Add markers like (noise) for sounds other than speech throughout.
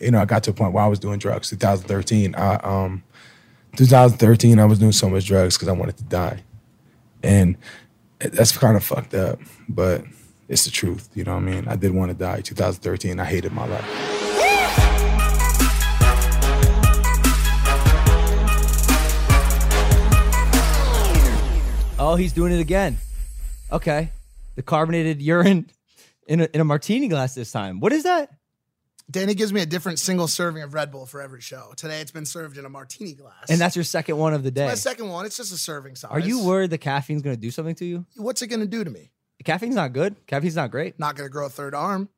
you know, I got to a point where I was doing drugs. 2013, I um, 2013, I was doing so much drugs because I wanted to die, and that's kind of fucked up, but it's the truth. You know what I mean? I did want to die. 2013, I hated my life. Oh, he's doing it again. Okay. The carbonated urine in a, in a martini glass this time. What is that? Danny gives me a different single serving of Red Bull for every show. Today it's been served in a martini glass. And that's your second one of the day. my second one. It's just a serving size. Are you worried the caffeine's going to do something to you? What's it going to do to me? Caffeine's not good. Caffeine's not great. Not going to grow a third arm.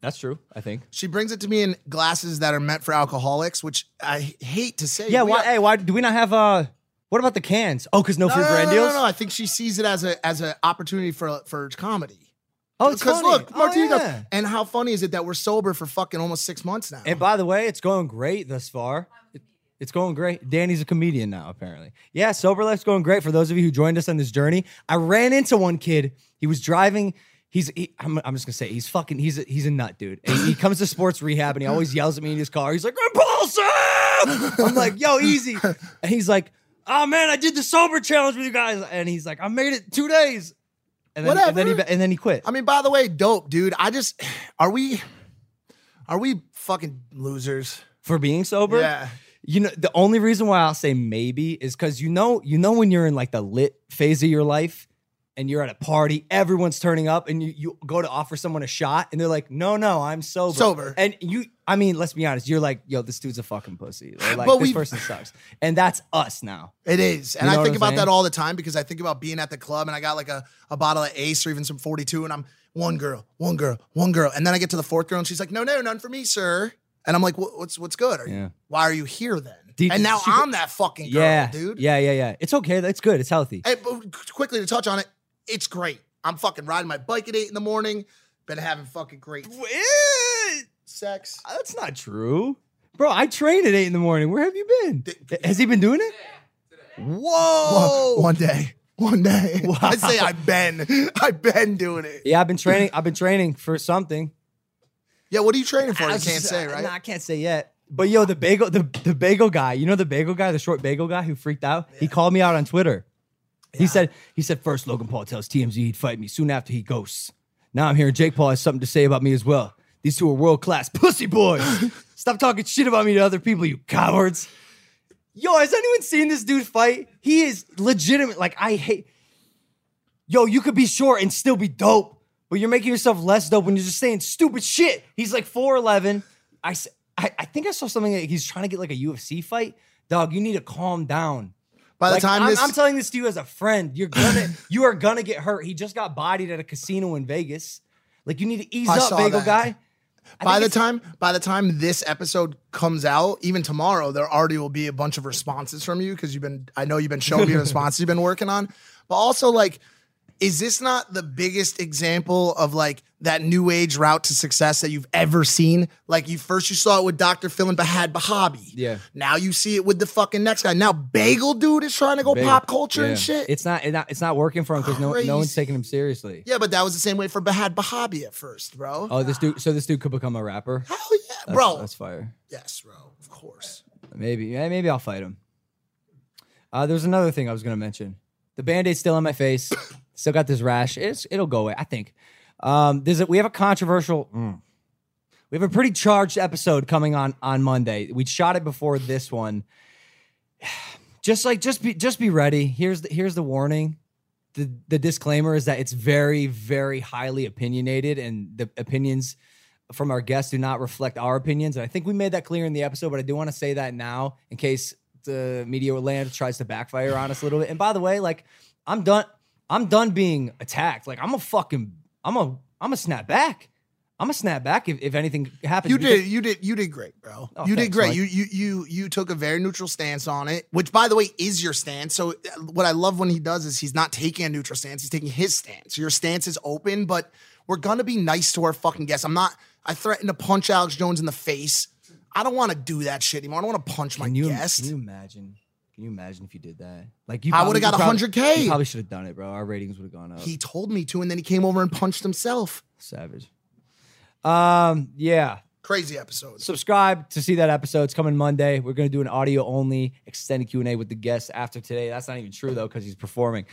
That's true, I think. She brings it to me in glasses that are meant for alcoholics, which I hate to say. Yeah, We why are- hey, why do we not have uh what about the cans? Oh, cuz no, No, free no, no, brand no, deals. No, no, I think she sees it as a as an opportunity for for comedy. Oh, it's because funny. look, Oh, martini glass- yeah. And how funny is it that we're sober for fucking almost six months now? And by the way, it's going great thus far. It- It's going great. Danny's a comedian now, apparently. Yeah, sober life's going great. For those of you who joined us on this journey, I ran into one kid. He was driving. He's. He, I'm, I'm just gonna say he's fucking. He's a, he's a nut, dude. And he comes to sports rehab and he always yells at me in his car. He's like impulsive. I'm like, yo, easy. And he's like, oh man, I did the sober challenge with you guys. And he's like, I made it two days. And then, and then he Whatever. and then he quit. I mean, by the way, dope, dude. I just (sighs) are we are we fucking losers? for being sober. Yeah. You know, the only reason why I'll say maybe is because you know, you know, when you're in like the lit phase of your life and you're at a party, everyone's turning up and you, you go to offer someone a shot and they're like, no, no, I'm sober. Sober. And you, I mean, let's be honest, you're like, yo, this dude's a fucking pussy. Or like, But this we- person sucks. And that's us now. It is. And You know I what think I'm about saying? that all the time because I think about being at the club and I got like a, a bottle of Ace or even some 42 and I'm one girl, one girl, one girl. And then I get to the fourth girl and she's like, no, no, none for me, sir. And I'm like, "Wha- what's what's good? Are you, Yeah. Why are you here then? Did- and now she- I'm that fucking girl, yeah. dude. Yeah. Yeah. Yeah. It's okay. That's good. It's healthy. Hey, but quickly to touch on it, it's great. I'm fucking riding my bike at eight in the morning. Been having fucking great Eh, sex. That's not true. Bro, I train at eight in the morning. Where have you been? Has he been doing it? Whoa. One day. One day. Wow. (laughs) I say I've been. I've been doing it. Yeah, I've been training. I've been training for something. Yeah, what are you training for? I You was can't just- say, uh, right? nah, I can't say yet. But yo, the bagel, the, the bagel guy, you know the bagel guy, the short bagel guy who freaked out. He called me out on Twitter. He said, he said first Logan Paul tells TMZ he'd fight me. Soon after he ghosts. Now I'm hearing Jake Paul has something to say about me as well. These two are world class (laughs) pussy boys. Stop talking shit about me to other people, you cowards. Yo, has anyone seen this dude fight? He is legitimate. Like I hate. Yo, you could be short and still be dope, but you're making yourself less dope when you're just saying stupid shit. He's like four eleven. I, s- I I think I saw something. Like he's trying to get like a UFC fight. Dog, you need to calm down. By the Like, time I'm, this I'm telling this to you as a friend, you're gonna (laughs) you are gonna get hurt. He just got bodied at a casino in Vegas. Like you need to ease I up, saw bagel that. guy. I by think the it's- time by the time this episode comes out, even tomorrow, there already will be a bunch of responses from you because you've been I know you've been showing me the responses you've been working on. But also like, is this not the biggest example of like that new age route to success that you've ever seen? Like you first you saw it with Dr. Phil and Bahad Bahabi. Yeah. Now you see it with the fucking next guy. Now Bagel Dude is trying to go Bagel. pop culture and Yeah. shit. It's not, it's not it's not working for him because no no one's Crazy. taking him seriously. yeah, but that was the same way for Bahad Bahabi at first, bro. Oh, this dude. So this dude could become a rapper. Hell yeah, bro. That's fire. yes, bro. Of course. Maybe. Yeah, maybe I'll fight him. Uh, there's another thing I was gonna mention. The band-aid's still on my face. (coughs) still got this rash. It's, it'll go away, I think. Um, there's a, we have a controversial. mm. We have a pretty charged episode coming on on Monday. We shot it before this one. Just like just be just be ready. Here's the here's the warning. The the disclaimer is that it's very very highly opinionated, and the opinions from our guests do not reflect our opinions. And I think we made that clear in the episode, but I do want to say that now in case the media land tries to backfire on us a little bit. And by the way, like I'm done, I'm done being attacked. Like I'm a fucking, I'm a, I'm a snap back. I'm a snap back if, if anything happens. You because- did you did you did great, bro. Oh, you thanks, did great. Mike. You you you you took a very neutral stance on it, which by the way is your stance. So uh, what I love when he does is he's not taking a neutral stance, he's taking his stance. Your stance is open, but we're gonna be nice to our fucking guests. I'm not I threatened to punch Alex Jones in the face. I don't wanna do that shit anymore. I don't wanna punch my Can you, guest. can you imagine? Can you imagine if you did that? Like you, I probably- would've got you probably- 100K. You probably should have done it, bro. Our ratings would have gone up. he told me to, and then he came over and punched himself. Savage. Um, yeah. Crazy episode. subscribe to see that episode. It's coming Monday. We're gonna do an audio only extended Q and A with the guest after today. That's not even true though because he's performing.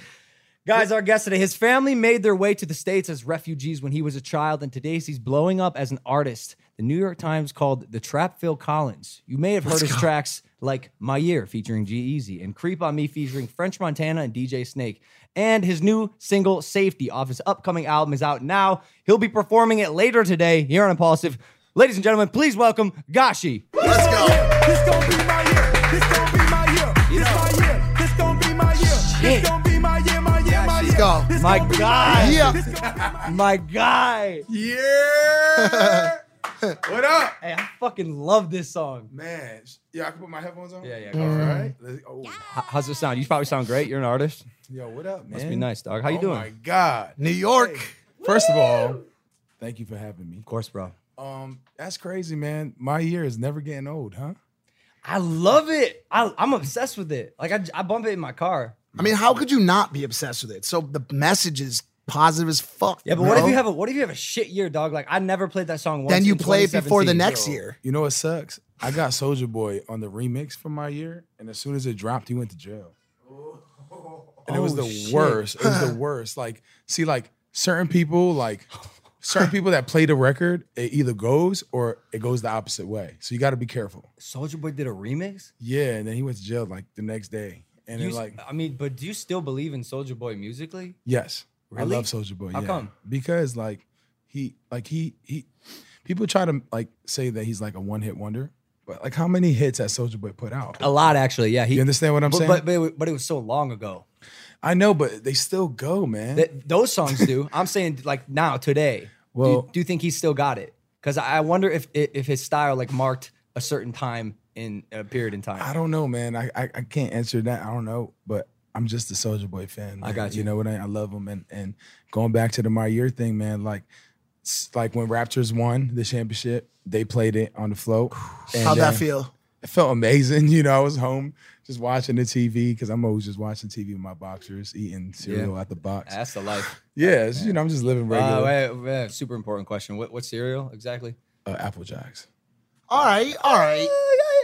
Guys, our guest today, his family made their way to the states as refugees when he was a child, and today he's blowing up as an artist. The New York Times called the Trap Phil Collins. You may have heard his tracks like My Year featuring G Easy and Creep on Me featuring French Montana and DJ Snake. And his new single Safety off his upcoming album is out now. He'll be performing it later today here on Impulsive. Ladies and gentlemen, please welcome Gashi. Let's go. This gon' be my year. This gon' be my year. This my year. This gon' be my year. This gon' be my year. My year. My year. Let's go. This My gon' be guy. year. Yeah. This gon' be my- My guy. Yeah. what up, Hey, I fucking love this song. man? Yeah, I can put my headphones on. Yeah, yeah, All go right. Let's- oh, H- How's it sound? You probably sound great. You're an artist. yo, what up, man? Must be nice, dog. How you oh doing? my God. New York. First of all, thank you for having me. Of course, bro. Um, that's crazy, man. My year is never getting old, huh? I love it. I, I'm obsessed with it. Like I, I bump it in my car. I mean, how could you not be obsessed with it? So the message is positive as fuck. Yeah, but what if bro. you have a what if you have a shit year, dog? Like I never played that song once. then you in play it before the 2017. next year. You know what sucks? I got Soldier Boy on the remix for my year, and as soon as it dropped, he went to jail. And it was Oh, the shit. worst. It was (laughs) the worst. Like, see, like certain people, like certain people that play the record, it either goes or it goes the opposite way. So you got to be careful. Soldier Boy did a remix? Yeah, and then he went to jail like the next day, and You it's s- like, I mean, but do you still believe in Soldier Boy musically? yes, I Really? love Soldier Boy. How yeah. come? Because like he, like he, he, people try to like say that he's like a one hit wonder, but like how many hits has Soldier Boy put out? A lot actually. Yeah, he You understand what I'm but, saying? but, but, it, wa- but it was so long ago. I know, but they still go, man. That those songs do. I'm saying like now today. Well- do, do you think he still got it? Cuz I I wonder if if his style like marked a certain time in a period in time. I don't know, man. I, I I can't answer that. I don't know, but I'm just a Soldier Boy fan. I man. got you. You know what I? I love him, and and going back to the my year thing, man. Like s- like when Raptors won the championship, they played it on the float. and How'd that then- feel? It felt amazing. (laughs) You know, I was home just watching the TV because I'm always just watching TV with my boxers, eating cereal out the box. That's the life. yeah, it's, you know, I'm just living regular Uh, wait, wait, super important question. What what cereal exactly? uh, Apple Jacks All right, all right.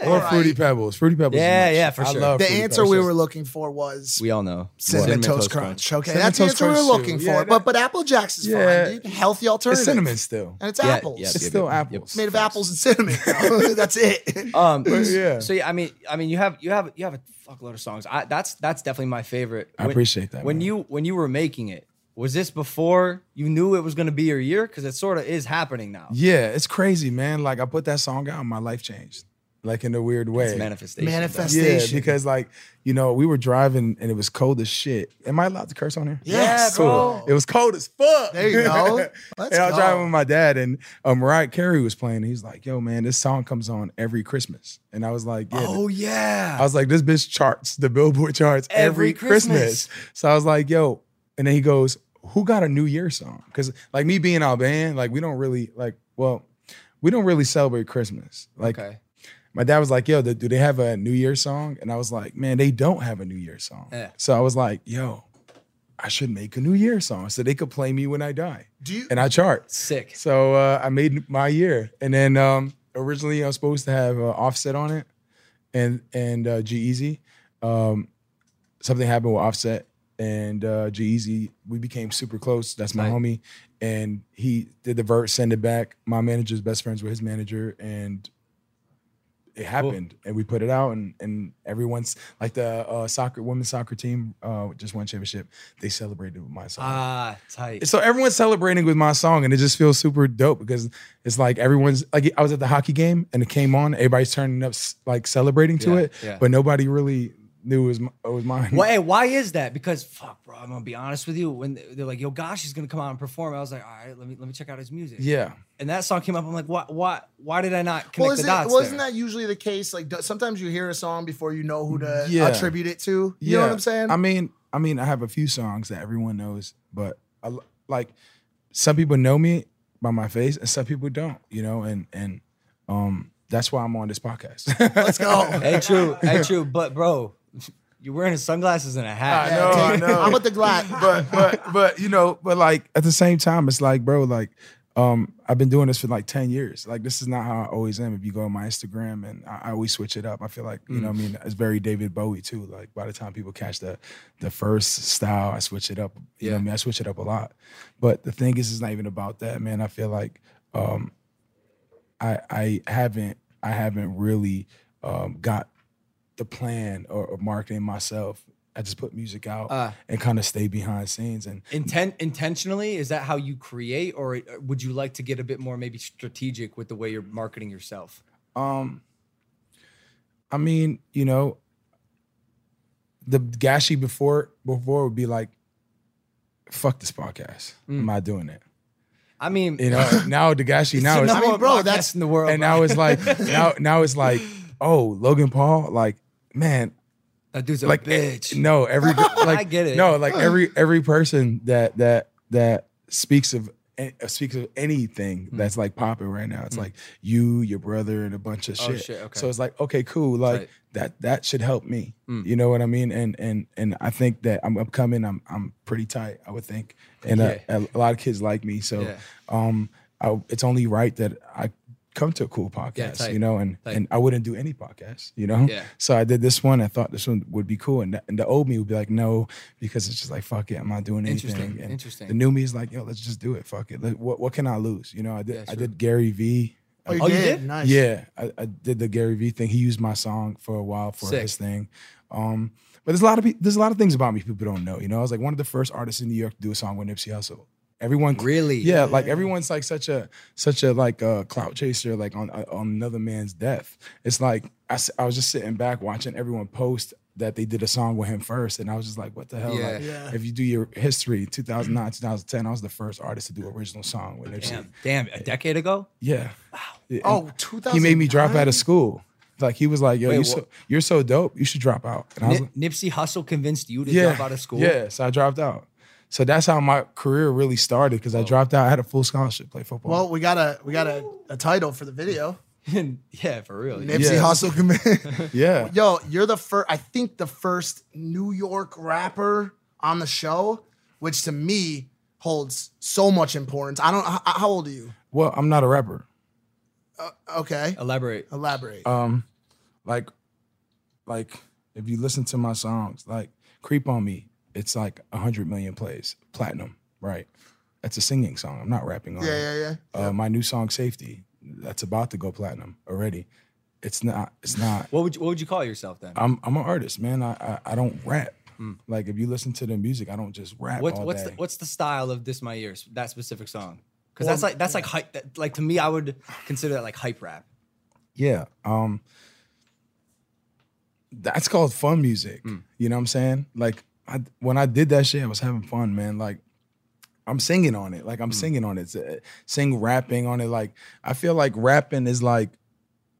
or Alright. Fruity Pebbles. Fruity Pebbles. is Yeah, my yeah, shit. for I sure. love The Fruity answer we Pebbles. were looking for was We all know. cinnamon toast crunch. Okay, Cinnamon that's the Toast answer we were Crunch looking too. for. Yeah, but that- but apple jacks is Yeah. fine, dude. Healthy alternative. It's cinnamon still. and it's Yeah, apples. yeah, It's yeah. still yep. apples. It's made of apples and cinnamon. bro. (laughs) that's (laughs) it. Um, But yeah. So yeah, I mean, I mean, you have you have you have a fuckload of songs. I, that's that's definitely my favorite. I appreciate that, When man. you when you were making it, was this before you knew it was going to be your year? Because it sort of is happening now. Yeah, it's crazy, man. Like I put that song out, my life changed, like in a weird way. It's manifestation. dog. Manifest- yeah, Manifestation. because like you know, we were driving and it was cold as shit. Am I allowed to curse on here? Yes. cool. It was cold as fuck. (laughs) There you go. Let's and I was go. driving with my dad, and um, Mariah Carey was playing. He's like, "Yo, man, this song comes on every Christmas," and I was like, "Yeah." Oh yeah. I was like, "This bitch charts the Billboard charts every, Every Christmas. Christmas. So I was like, "Yo," and then he goes, "Who got a New Year song?" Because like me being Alban, like we don't really like well. We don't really celebrate Christmas. Like okay. my dad was like, "Yo, th- do they have a New Year song?" And I was like, "Man, they don't have a New Year song." Yeah. So I was like, "Yo, I should make a New Year song so they could play me when I die Do you and I chart." Sick. So uh, I made my year, and then um, originally I was supposed to have uh, Offset on it, and and uh, G Easy. Um, something happened with Offset and uh, G Easy. We became super close. That's my Right. homie, and he did the verse, send it back. My manager's best friends with his manager, and it happened, and we put it out, and and everyone's like the uh, soccer women's soccer team uh, just won championship. They celebrated with my song. Ah, tight. So everyone's celebrating with my song, and it just feels super dope because it's like everyone's like I was at the hockey game and it came on, everybody's turning up s- like celebrating to Yeah, it, yeah. but nobody really knew it was, m- it was mine. Why, hey, why is that? Because fuck, bro, I'm gonna be honest with you. When they're like, "Yo, gosh, he's gonna come out and perform," I was like, "All right, let me let me check out his music." Yeah, and that song came up. I'm like, why, why, why did I not connect well, the isn't, dots? well, isn't there? that usually the case? Like, do- sometimes you hear a song before you know who to Yeah. attribute it to. You yeah. know what I'm saying? I mean, I mean, I have a few songs that everyone knows, but I, l- like some people know me by my face, and some people don't. You know, and and um, that's why I'm on this podcast. Let's (laughs) go. (laughs) (laughs) hey, true, hey, true. But bro, (laughs) you're wearing sunglasses and a hat. I know, I (laughs) know. (laughs) am with the glass. but but but you know, but like at the same time, it's like, bro, like um, I I've been doing this for like 10 years. Like, this is not how I always am. If you go on my Instagram and I, I always switch it up, I feel like, you know what I mean? It's very David Bowie too. Like, by the time people catch the the first style, I switch it up. You know what I mean? I switch it up a lot. But the thing is, it's not even about that, man. I feel like um, I, I haven't I haven't really um, got the plan or, or marketing myself. I just put music out Ah. and kind of stay behind scenes and Intent intentionally is that how you create, or would you like to get a bit more maybe strategic with the way you're marketing yourself? Um, I mean, you know, the gashi before before would be like, "Fuck this podcast, Mm. I'm not doing it." I mean, You (laughs) know, now the gashi now it's is the I number mean, one bro, podcast that's- in the world, and bro. now it's like now now it's like, oh, Logan Paul, like man, (laughs) that dude's a like eh, bitch. No, (laughs) every like I get it. No, like every every person that that that speaks of eh, speaks of anything Hmm. that's like popping right now. It's like you, your brother, and a bunch of Oh, shit. shit, okay. So it's like okay, cool. Like right. Hmm. that that should help me. You know what I mean? And and and I think that I'm upcoming. I'm I'm pretty tight. I would think, and uh, a, a lot of kids like me. So Yeah. um, I, it's only right that I come to a cool podcast. tight. you know, and Tight. and I wouldn't do any podcast. You know. Yeah. So I did this one. I thought this one would be cool, and the, and the old me would be like, no, because it's just like fuck it, I'm not doing anything. Interesting, And interesting. The new me is like, yo, let's just do it. Fuck it. Let- what what can I lose? You know, I did Yeah, I sure. did Gary V. I Oh, you did? Nice. yeah, I, I did the Gary Vee thing. He used my song for a while for Sick. his thing. Um, but there's a lot of pe- there's a lot of things about me people don't know. You know, I was like one of the first artists in New York to do a song with Nipsey Hussle. Everyone, Really? yeah, like everyone's like such a such a like a clout chaser, like on uh, on another man's death. It's like I, s- I was just sitting back watching everyone post that they did a song with him first, and I was just like, what the hell? Yeah. Like, Yeah. If you do your history, 2009, 2010, I was the first artist to do original song with Nipsey. Damn, damn, a decade ago. Yeah. Yeah, and- Oh, 2000. he made me drop out of school. Like he was like, "Yo, Wait, you wha- so, you're so dope. You should drop out." And I was Nip- like, Nipsey Hussle convinced you to "Yeah, drop out of school. (laughs) Yeah, so I dropped out. So that's how my career really started because I dropped out. I had a full scholarship, play football. Well, we got a we got a, a title for the video. yeah, for real. yeah. Nipsey Yeah. Hussle (laughs) commit. yeah, Yo, you're the first. I think the first New York rapper on the show, which to me holds so much importance. I don't. How, how old are you? Uh, Well, I'm not a rapper. Okay, Elaborate. elaborate. Um, like, like if you listen to my songs, like "Creep on Me," it's like hundred million plays, platinum, right? That's a singing song. I'm not rapping on yeah, it. yeah, yeah. Uh, my new song "Safety" that's about to go platinum already. It's not. It's not. What would you, what would you call yourself then? I'm I'm an artist, man. I I, I don't rap. Like if you listen to the music, I don't just rap What's all what's day. the, what's the style of this my years that specific song? Because that's like that's like hype. That, like to me, I would consider that like hype rap. yeah. Um. That's called fun music. You know what I'm saying? Like I, when I did that shit, I was having fun, man. Like I'm singing on it. Like I'm singing on it. It's, uh, Sing rapping on it. Like I feel like rapping is like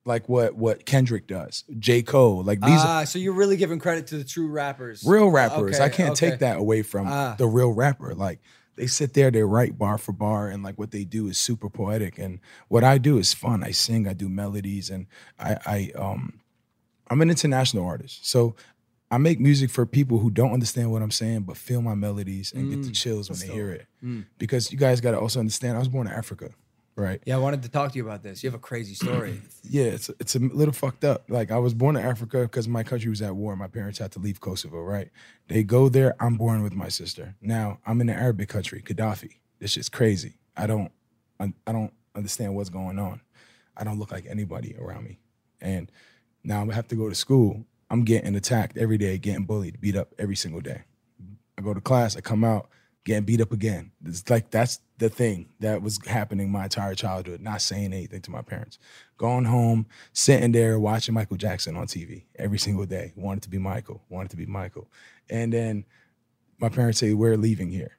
like what what Kendrick does. J Cole. Like these Ah, so you're really giving credit to the true rappers, Uh, real rappers. Okay, I can't okay. take that away from Ah. the real rapper. Like they sit there, they write bar for bar, and like what they do is super poetic. And what I do is fun. I sing, I do melodies, and I, I um, I'm an international artist, so. I make music for people who don't understand what I'm saying, but feel my melodies and Mm. get the chills when they hear it. Because you guys got to also understand, I was born in Africa, right? Yeah, I wanted to talk to you about this. You have a crazy (clears throat) story. Yeah, it's it's a little fucked up. Like I was born in Africa because my country was at war. My parents had to leave Kosovo. Right? They go there. I'm born with my sister. Now I'm in an Arabic country, Gaddafi. This shit's crazy. I don't I, I don't understand what's going on. I don't look like anybody around me, and now I have to go to school. I'm getting attacked every day, getting bullied, beat up every single day. I go to class, I come out, getting beat up again. It's like that's the thing that was happening my entire childhood, not saying anything to my parents. Going home, sitting there watching Michael Jackson on TV every single day. Wanted to be Michael, wanted to be Michael. And then my parents say, We're leaving here.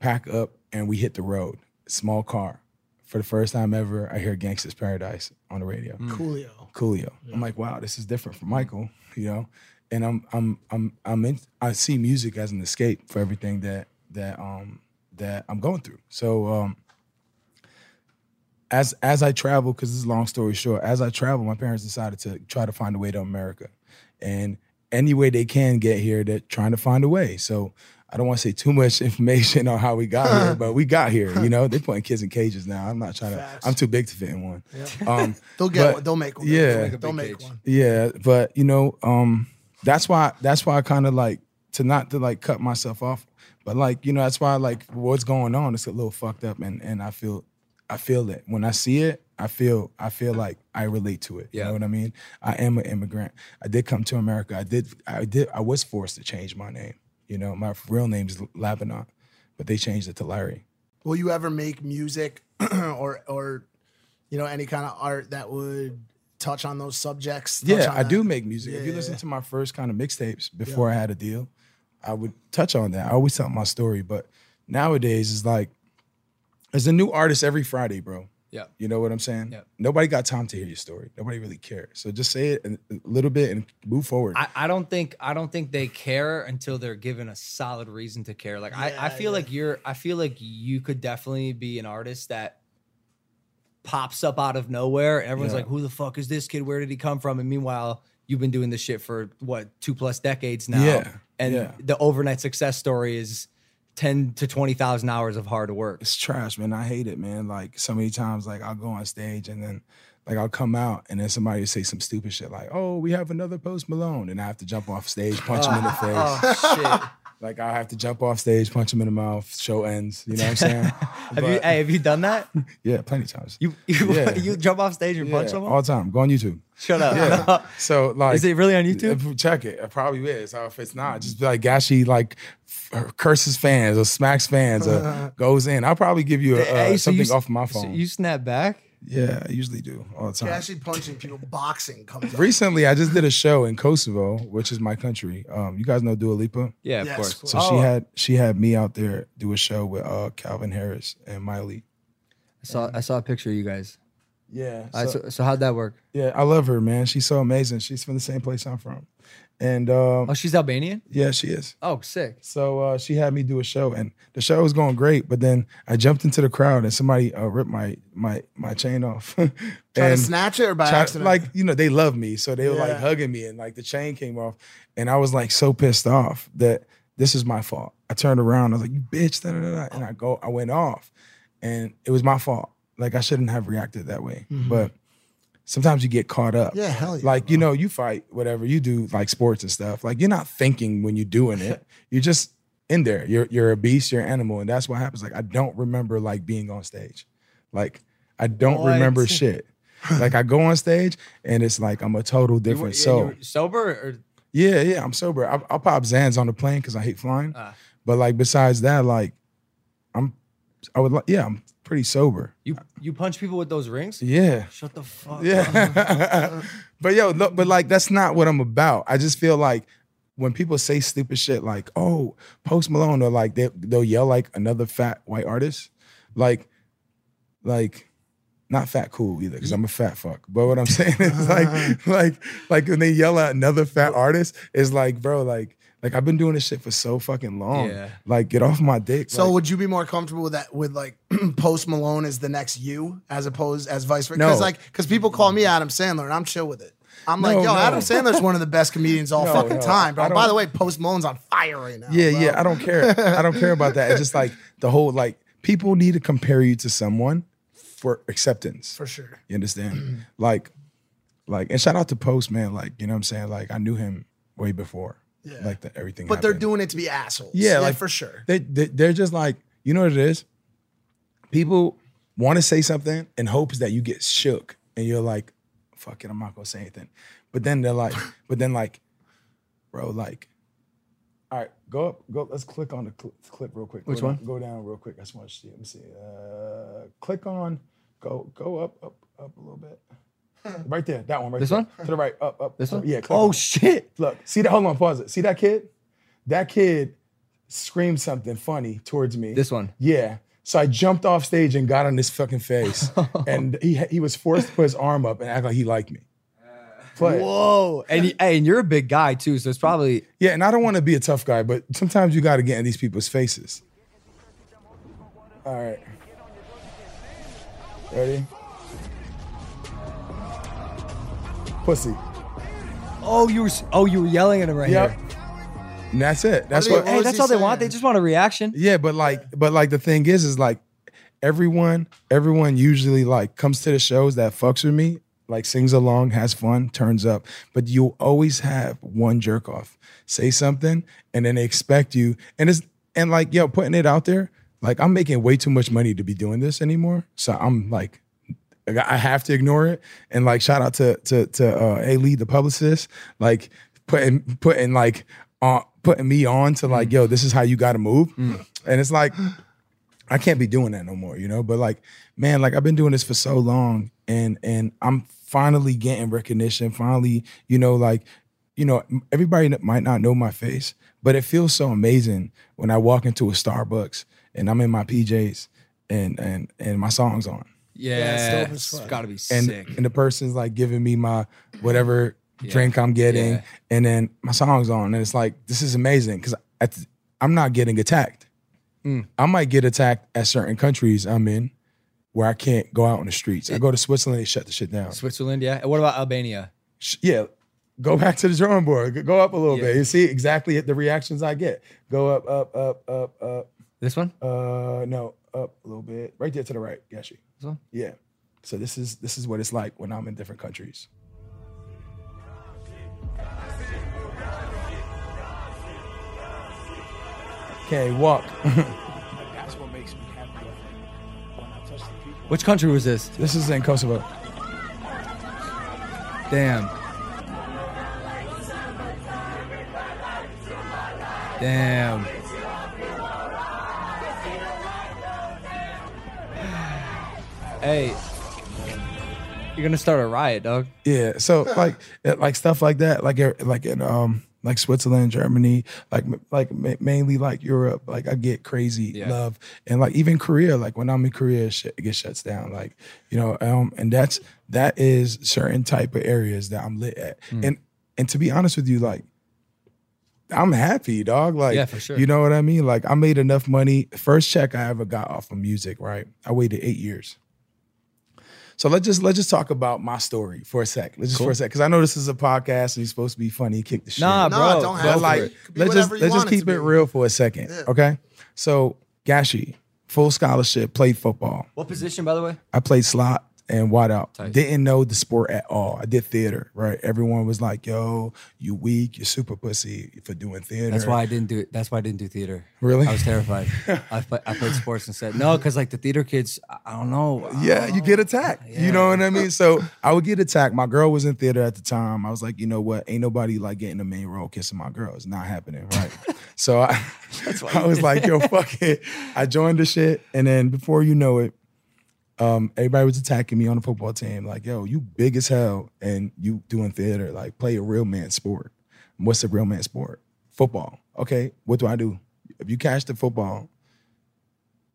Pack up and we hit the road. Small car. For the first time ever, I hear Gangsta's Paradise on the radio. (laughs) Coolio. Coolio. I'm like, wow, this is different from Michael, you know. And I'm I'm I'm I'm in, I see music as an escape for everything that that um that I'm going through. So um as as I travel, because this is a long story short, as I travel, my parents decided to try to find a way to America. And any way they can get here, they're trying to find a way. So I don't want to say too much (laughs) information on how we got here, but we got here. You know, they're putting kids in cages now. I'm not trying Facts. to. I'm too big to fit in one. Um, They'll get but- one. They'll make one. yeah. They'll make, They'll make a big one. yeah, but you know, um, that's why that's why I kind of like to not to like cut myself off, but like you know, that's why like what's going on is a little fucked up, and and I feel I feel it when I see it. I feel I feel like I relate to it. You Yeah. know what I mean? I am an immigrant. I did come to America. I did I did I was forced to change my name. You know, my real name is Labanon, but they changed it to Larry. Will you ever make music (clears throat) or or you know any kind of art that would touch on those subjects? touch Yeah, on I that? do make music. Yeah, if you yeah, listen yeah. to my first kind of mixtapes before I had a deal, I would touch on that. I always tell my story, but nowadays it's like there's a new artist every Friday, bro. Yeah. You know what I'm saying? Yep. Nobody got time to hear your story. Nobody really cares. So just say it and- a little bit and move forward. I, I don't think I don't think they care until they're given a solid reason to care. Like I, I Yeah, feel yeah. like you're I feel like you could definitely be an artist that pops up out of nowhere. and Everyone's Yeah. like, who the fuck is this kid? Where did he come from? And meanwhile, you've been doing this shit for what two plus decades now. Yeah, And yeah. the overnight success story is ten to twenty thousand hours of hard work. it's trash, man. I hate it, man. Like so many times, like I'll go on stage and then like I'll come out and then somebody will say some stupid shit like, oh, we have another post Malone. And I have to jump off stage, punch (laughs) him in the face. (laughs) Oh shit. Like I have to jump off stage, punch him in the mouth, show ends. You know what I'm saying? (laughs) Have you But- hey, have you done that? yeah, plenty of times. You (laughs) you, Yeah. you jump off stage and punch Yeah, someone? all the time. Go on YouTube. Shut up. No. So like, (laughs) Is it really on YouTube? if you check it. It probably is. Or if it's not, just be like Gashi like f- curses fans or smacks fans (laughs) or goes in. I'll probably give you a, Hey, uh, so you something s- off my so phone. you snap back? yeah, I usually do all the time. Actually, punching people, boxing comes (laughs) up. Recently, I just did a show in Kosovo, which is my country. Um, you guys know Dua Lipa. Yeah, of Yes, course. of So she had she had me out there do a show with uh, Calvin Harris and Miley. I saw I saw a picture of you guys. Yeah. All right, so, so how'd that work? Yeah, I love her, man. She's so amazing. She's from the same place I'm from. And um, Oh, she's Albanian. yeah, she is. Oh, sick. So uh, she had me do a show, and the show was going great. But then I jumped into the crowd, and somebody uh, ripped my my my chain off. (laughs) Trying and to snatch it or by try- accident? like you know, they love me, so they were like Yeah. hugging me, and like the chain came off, and I was like so pissed off that this is my fault. I turned around, I was like, "You bitch!" Da, da, da, da. And I go, I went off, and it was my fault. Like I shouldn't have reacted that way, Mm-hmm. but sometimes you get caught up. yeah, hell yeah. Like, you uh-huh. know, you fight whatever you do, like sports and stuff. Like, you're not thinking when you're doing it. (laughs) You're just in there. You're you're a beast. You're an animal, and that's what happens. Like, I don't remember like being on stage. Like, I don't What? remember shit. Like, I go on stage and it's like I'm a total You were- different you soul. were sober or Yeah, yeah, I'm sober. I, I'll pop Zans on the plane because I hate flying. Ah. But like, besides that, like, I'm, I would like, yeah, I'm pretty sober. you you punch people with those rings? Yeah. Shut the fuck. (laughs) up. Yeah. but yo, look, but like that's not what I'm about. I just feel like when people say stupid shit like, oh, Post Malone, or like they they'll yell like another fat white artist. Like, like not fat cool either, because I'm a fat fuck. But what I'm (laughs) saying is like, like, like when they yell at another fat artist, it's like, bro, like, like I've been doing this shit for so fucking long. Yeah. Like, get off my dick. so like- would you be more comfortable with that with like (clears throat) Post Malone as the next you as opposed as vice versa? No. Because like because people call me Adam Sandler and I'm chill with it. I'm like, No, yo, no. Adam Sandler's one of the best comedians all (laughs) No, fucking no, time, I bro. don't- By the way, Post Malone's on fire right now. Yeah, bro. yeah. I don't care. I don't care about that. It's just like the whole like people need to compare you to someone for acceptance. for sure. You understand? like, like, and shout out to Post, man. Like, you know what I'm saying? Like, I knew him way before. Yeah. Like the, everything. But they're happened. doing it to be assholes. Yeah, like- for sure. They, they they're just like you know what it is. People want to say something in hopes that you get shook, and you're like, "Fuck it, I'm not gonna say anything." But then they're (laughs) like, "But then like, bro, like, all right, go up, go. Let's click on the cl- clip real quick. Which Go down- one? Go down real quick. I just want to see. Let me see. Uh, click on. Go go up up up a little bit. Right there, that one. Right This there. one? to the right, up up. This one? (laughs) Yeah. click Oh on it. shit. Look, see that? Hold on, pause it. See that kid? That kid screamed something funny towards me. This one. Yeah. So I jumped off stage and got on his fucking (laughs) face, and he he was forced to put his arm up and act like he liked me. But Whoa. And you- hey, and you're a big guy too, so it's probably yeah, and I don't want to be a tough guy, but sometimes you got to get in these people's faces. All right. Ready? Pussy. Oh, you were s- oh, you were yelling at him right Yep. here. and that's it. That's do you- what. Hey, was that's he all they want. They saying? just want a reaction. Yeah, but like, but like the thing is, is like everyone, everyone usually like comes to the shows that fucks with me, like sings along, has fun, turns up. But you always have one jerk off say something, and then they expect you, and it's and like yo, putting it out there, like I'm making way too much money to be doing this anymore. So I'm like. I got- I have to ignore it, and like shout out to to to uh, A Lee, the publicist, like putting putting like on putting me on to like yo, this is how you got to move, and it's like I can't be doing that no more, you know. But like, man, like I've been doing this for so long, and and I'm finally getting recognition. Finally, you know, like, you know, everybody that might not know my face, but it feels so amazing when I walk into a Starbucks and I'm in my PJs and and and my song's on, Yeah, it's dope as it's fuck. gotta be and sick. and the person's like giving me my whatever drink I'm getting, Yeah. and then my song's on, and it's like this is amazing because I'm not getting attacked. Mm. I might get attacked at certain countries I'm in where I can't go out on the streets. I go to Switzerland, they shut the shit down. Switzerland, yeah. And what about Albania? Sh- Yeah, go back to the drawing board. Go- Go up a little Yeah. bit. You see exactly the reactions I get. Go up, up, up, up, up. This one? Uh, no, up a little bit. Right there to the right. Got you. This one? Yeah. So this is this is what it's like when I'm in different countries. Okay, walk. (laughs) That's what makes me happy. I think. When I touch the people. Which country was this? this is in Kosovo. Damn. Damn. (sighs) Hey, you're gonna start a riot, dog. Yeah. So like it- like stuff like that, like er- like in um like Switzerland, Germany, like m- like ma- mainly like Europe, like I get crazy Yeah. love, and like even Korea, like when I'm in Korea, shit gets shuts down, like you know, um, and that's that is certain type of areas that I'm lit at, Mm. and and to be honest with you, like I'm happy, dog. Like, Yeah, for sure. you know what I mean? Like, I made enough money. First check I ever got off of music, right? I waited eight years. So let's just let's just talk about my story for a sec. Let's just for a sec, because I know this is a podcast and you're supposed to be funny, kick the shit. Nah, No, bro. don't go but have for like, it. Could be let's just whatever you let's just want it to keep it, be. real for a second, Yeah. okay? So Gashi, full scholarship, played football. What position, by the way? I played slot and wide out. Tight. Didn't know the sport at all. I did theater, right? Everyone was like, "Yo, you weak, you're super pussy for doing theater." That's why I didn't do it. That's why I didn't do theater. Really? I (laughs) was terrified. I, play, I played sports instead. No, because like the theater kids, I, I don't know. Yeah, you get attacked. You know what I mean? So I would get attacked. My girl was in theater at the time. I was like, you know what? Ain't nobody like getting the main role kissing my girl. It's not happening, right? so I, (laughs) I was like, yo, fuck it. I joined the shit, and then before you know it, um, everybody was attacking me on the football team. Like, yo, you big as hell, and you doing theater. Like, play a real man sport. What's a real man sport? Football. Okay, what do I do? If you catch the football,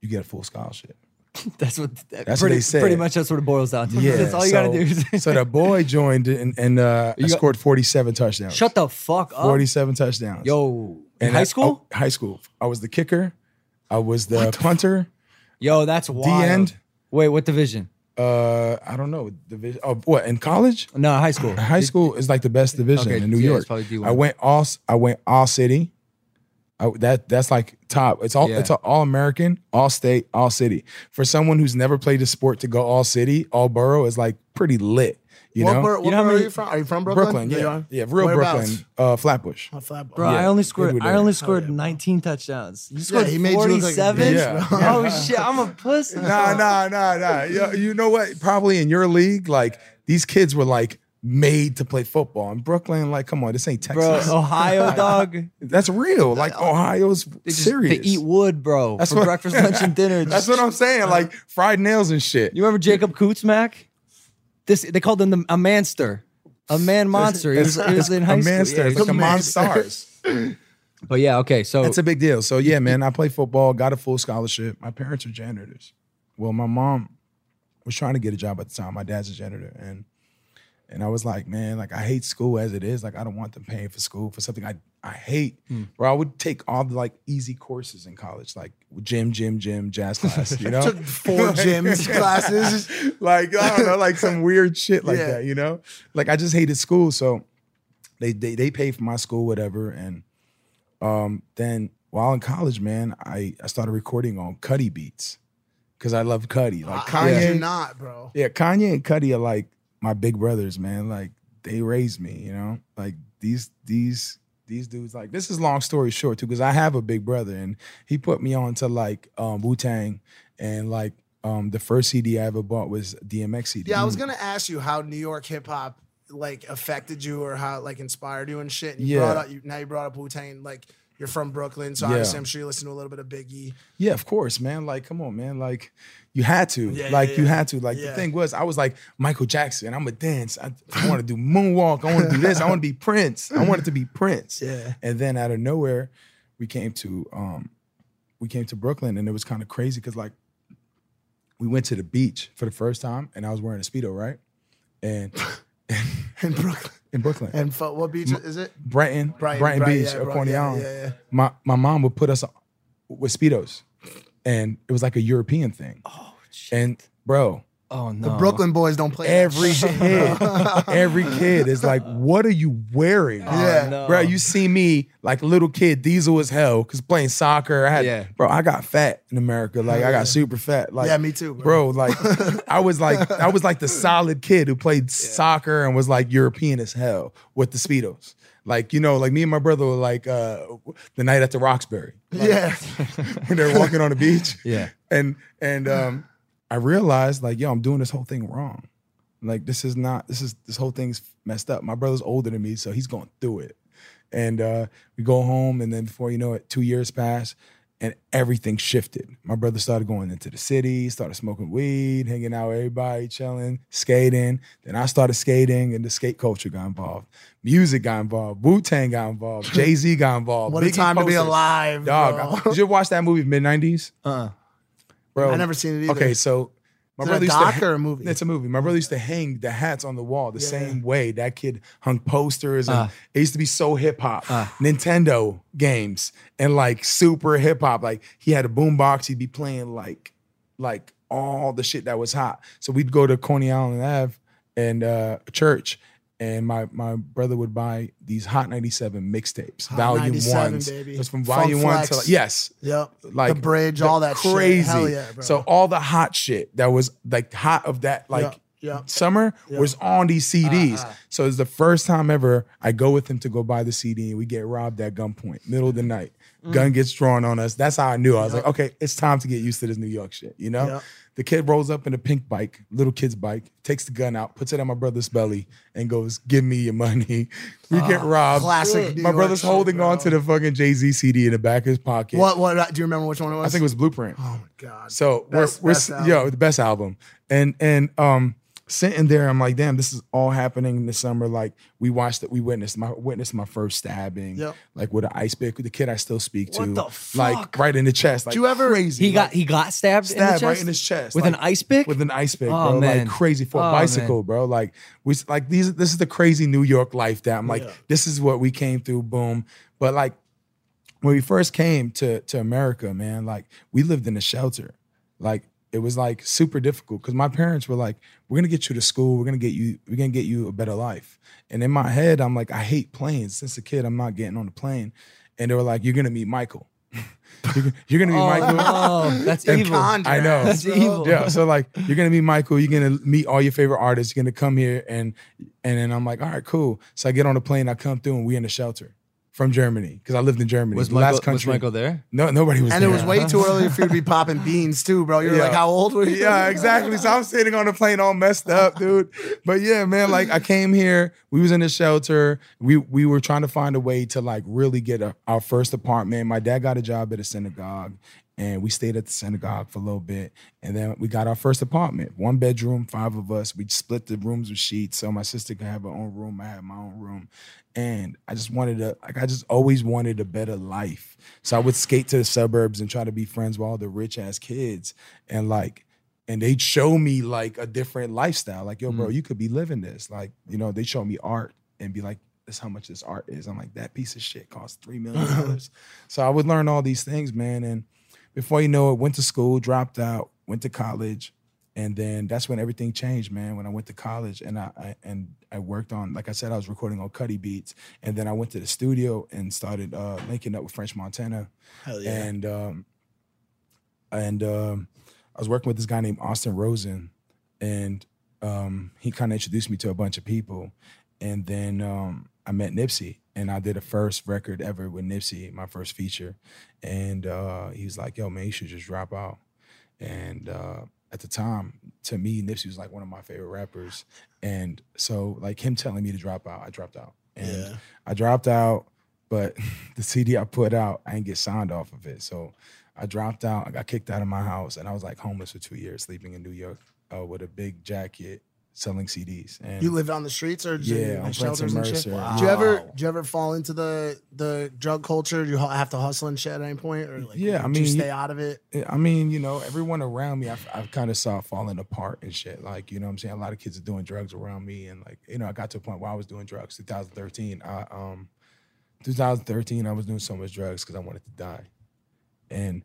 you get a full scholarship. (laughs) That's what. That, That's what pretty, they said. Pretty much, that's what it boils down to. that's all you gotta do. so- Is (laughs) so the boy joined and, and uh, got- scored 47 touchdowns. shut the fuck up, 47 touchdowns. yo. In And high that- school, oh, high school. I was the kicker. I was the, punter. yo, that's wild. end? Wait, what division? Uh, I don't know division. Oh, what in college? No, high school. High school is like the best division Okay, in New yeah, York. it's probably D1. I went all. I went all city. I, that that's like top. It's all. Yeah. It's a all American, all state, all city. For someone who's never played a sport to go all city, all borough is like pretty lit. You what know, borough, what You know how borough many- are you from? Are you from Brooklyn? Brooklyn, You yeah, are? yeah, real Whereabouts? Brooklyn, uh, Flatbush. Oh, Flatbush. Bro, I Yeah, only we scored. did I it. only scored 19 touchdowns. You scored he made you look like a 47. bitch, bro. Oh shit, I'm a pussy. (laughs) nah, nah, nah, nah. You, you know what? Probably in your league, like these kids were like made to play football in Brooklyn. Like, come on, this ain't bro. Texas. (laughs) Ohio dog. That's real. Like Ohio's They just- serious. They eat wood, bro. That's for what- breakfast, lunch, and (laughs) dinner. That's what I'm (laughs) saying. Like fried nails and shit. You remember Jacob Kutzmack? This they called him the, a manster, a man monster. He was, he was in high a school. manster. Yeah, he it's was- like a (laughs) monstars. but yeah, okay. So That's a big deal. So yeah, man, I play football, got a full scholarship. My parents are janitors. Well, my mom was trying to get a job at the time. My dad's a janitor, and and I was like, man, like I hate school as it is. Like I don't want them paying for school for something I I hate. Where I would take all the like easy courses in college, like gym, gym, gym, jazz class. (laughs) You know, Took (laughs) four gyms classes. like I don't know, like some weird shit like Yeah. that, you know? Like I just hated school, so they they they paid for my school, whatever, and Um, then while in college, man, I, I started recording on Cuddy beats because I love Cuddy. Like I, I Kanye, do not, bro. yeah, Kanye and Cuddy are like my big brothers, man. Like they raised me, you know. Like these these these dudes. Like this is long story short too, because I have a big brother and he put me on to like um, Wu Tang and like um, the first CD I ever bought was DMX CD. Yeah, I was gonna ask you how New York hip hop like affected you or how it, like inspired you and shit. And you Yeah. brought up you, now you brought up Wu Tang. Like you're from Brooklyn, so Yeah. obviously I'm sure you listen to a little bit of Biggie. Yeah, of course, man. Like, come on, man. Like, you had to. Yeah, like, yeah, you yeah. had to. Like, Yeah. the thing was, I was like Michael Jackson. I'm a dance. I, I want to do moonwalk. I want to do this. I want to be Prince. I wanted to be Prince. Yeah. And then out of nowhere, we came to um, we came to Brooklyn, and it was kind of crazy because like we went to the beach for the first time, and I was wearing a speedo, right? And (laughs) In (laughs) Brooklyn, in Brooklyn, and fo- what beach is it? Brighton, Brighton, Beach, yeah, or Brighton, Coney yeah, Island. Yeah, yeah. My my mom would put us with speedos, and it was like a European thing. Oh, shit. And bro, oh no. The Brooklyn boys don't play that (laughs) every shit. kid, every kid is like, "What are you wearing?" Oh, Yeah. no. Bro, you see me like a little kid, diesel as hell, cause playing soccer. I had, Yeah. bro, I got fat in America. Like I Yeah. got super fat. Like, yeah, me too, (laughs) bro. bro, like I was like I was like the solid kid who played soccer and was like European as hell with the speedos. Like you know, like me and my brother were like uh, the night at the Roxbury (laughs) yeah, when they were walking on the beach. (laughs) (laughs) Yeah. and and um, I realized like, yo, I'm doing this whole thing wrong. Like this is not this is this whole thing's messed up. My brother's older than me, so he's going through it. And uh, we go home, and then before you know it, two years pass, and everything shifted. My brother started going into the city, started smoking weed, hanging out with everybody, chilling, skating. Then I started skating, and the skate culture got involved. Music got involved. Wu Tang got (laughs) involved. Jay Z got involved. what a Biggie time to be posters. alive, Dog, bro. did you ever watch that movie mid '90s, Uh-uh. bro? (laughs) I never seen it either. Okay, so my Is it brother a used doc to. or a movie? It's a movie. My brother used to hang the hats on the wall the Yeah. same way that kid hung posters. And Uh. it used to be so hip hop, Uh. Nintendo games, and like super hip hop. Like he had a boombox. He'd be playing like, like all the shit that was hot. So we'd go to Coney Island Ave and uh, church, and my my brother would buy these Hot ninety seven mixtapes, Hot Volume 97, Ones. baby. It was from Funk Volume One Flex. to like, yes, Yep. like the bridge, the all that shit. crazy. Hell yeah, bro. So all the hot shit that was like hot of that like Yeah, yeah. summer Yeah. was on these CDs. Uh-uh. So it's the first time ever I go with him to go buy the CD and we get robbed at gunpoint, middle of the night. Mm. Gun gets drawn on us. That's how I knew. I was Yep. like, okay, it's time to get used to this New York shit. You know, Yep. the kid rolls up in a pink bike, little kid's bike, takes the gun out, puts it on my brother's belly, and goes, "Give me your money." (laughs) We get robbed. Ah, classic. New My York brother's shit, holding bro. on to the fucking Jay Z CD in the back of his pocket. What? What? uh, Do you remember which one it was? I think it was Blueprint. Oh my god. So Best- we're, best we're album. yo the best album, and and um sitting there, I'm like, damn, this is all happening in the summer. Like we watched it, we witnessed my witnessed my first stabbing, Yep. like with an ice pick, the kid I still speak to, What the like fuck? right in the chest, like Do you ever- crazy. He got like, he got stabbed, in the stabbed chest? right in his chest with an like, ice pick. with an ice pick, Oh, bro, man. like crazy for Oh, a bicycle, bro. Like we like these. This is the crazy New York life that I'm like. Yeah. This is what we came through. Boom. But like when we first came to to America, man, like we lived in a shelter. Like it was like super difficult because my parents were like, "We're gonna get you to school. We're gonna get you. We're gonna get you a better life." And in my head, I'm like, "I hate planes. Since a kid, I'm not getting on the plane." And they were like, "You're gonna meet Michael. (laughs) you're, you're gonna meet (laughs) oh, Michael." (laughs) no, (laughs) that's And evil. Conjuring, I know. That's bro. evil. Yeah. So like you're gonna meet Michael, you're gonna meet all your favorite artists, you're gonna come here and and then I'm like, all right, cool. So I get on the plane, I come through and we in the shelter from Germany. Because I lived in Germany. Was the Michael, last country. was Michael there? No nobody was And it there. was way too early for (laughs) you to be popping beans too, bro. You're Yeah. like, how old were (laughs) you? yeah, exactly. So I'm sitting on the plane all messed up, dude. But yeah, man, like I came here, we was in a shelter. We we were trying to find a way to like really get a, our first apartment. My dad got a job at a synagogue and we stayed at the synagogue for a little bit. And then we got our first apartment. One bedroom, five of us. We split the rooms with sheets. So my sister could have her own room. I had my own room. And I just wanted a like I just always wanted a better life. So I would skate to the suburbs and try to be friends with all the rich ass kids. And like and they'd show me like a different lifestyle. Like, yo, bro, you could be living this. Like, you know, they show me art and be like, that's how much this art is. I'm like, that piece of shit costs three million dollars. so I would learn all these things, man. And before you know it, went to school, dropped out, went to college, And then that's when everything changed, man. When I went to college and I, I and I worked on, like I said, I was recording on Cuddy Beats, and then I went to the studio and started uh, linking up with French Montana. (laughs) Hell yeah. And um, and um, I was working with this guy named Austin Rosen, and um, he kind of introduced me to a bunch of people, and then um, I met Nipsey, and I did a first record ever with Nipsey, my first feature, and uh, he was like, "Yo, man, you should just drop out." And uh, at the time, to me, Nipsey was like one of my favorite rappers, and so like him telling me to drop out, I dropped out, and Yeah. I dropped out. But (laughs) the CD I put out, I didn't get signed off of it, so I dropped out. I got kicked out of my house, and I was like homeless for two years, sleeping in New York uh, with a big jacket, selling CDs. And You lived on the streets or just Yeah, in on shelters Princeton and Mercer. shit? Wow. Do you Oh. ever do you ever fall into the the drug culture? Do you hu- have to hustle and shit at any point, or like Yeah, I do mean, you stay you- out of it? eh, I mean, you know, everyone around me, I, I kind of saw falling apart and shit. Like, you know what I'm saying? A lot of kids are doing drugs around me. And like, you know, I got to a point where I was doing drugs. 2013, I, um, 2013, I was doing so much drugs because I wanted to die. And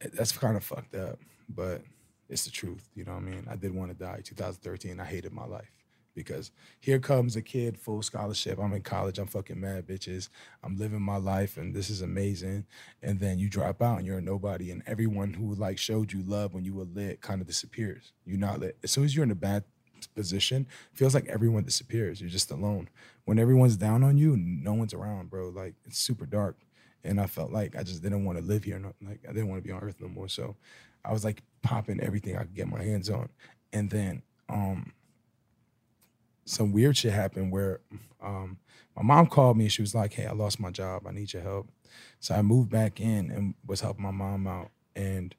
eh, that's kind of fucked up, but it's the truth. You know what I mean? I did want to die. 2013, I hated my life because here comes a kid full scholarship. I'm in college. I'm fucking mad bitches. I'm living my life and this is amazing. And then you drop out and you're a nobody. And everyone who like showed you love when you were lit kind of disappears. You're not lit. As soon as you're in a bad position, it feels like everyone disappears. You're just alone. When everyone's down on you, no one's around, bro. Like it's super dark and I felt like I just didn't want to live here. No, like I didn't want to be on Earth no more. So I was like popping everything I could get my hands on, and then um, some weird shit happened where um, my mom called me and she was like, "Hey, I lost my job. I need your help." So I moved back in and was helping my mom out, and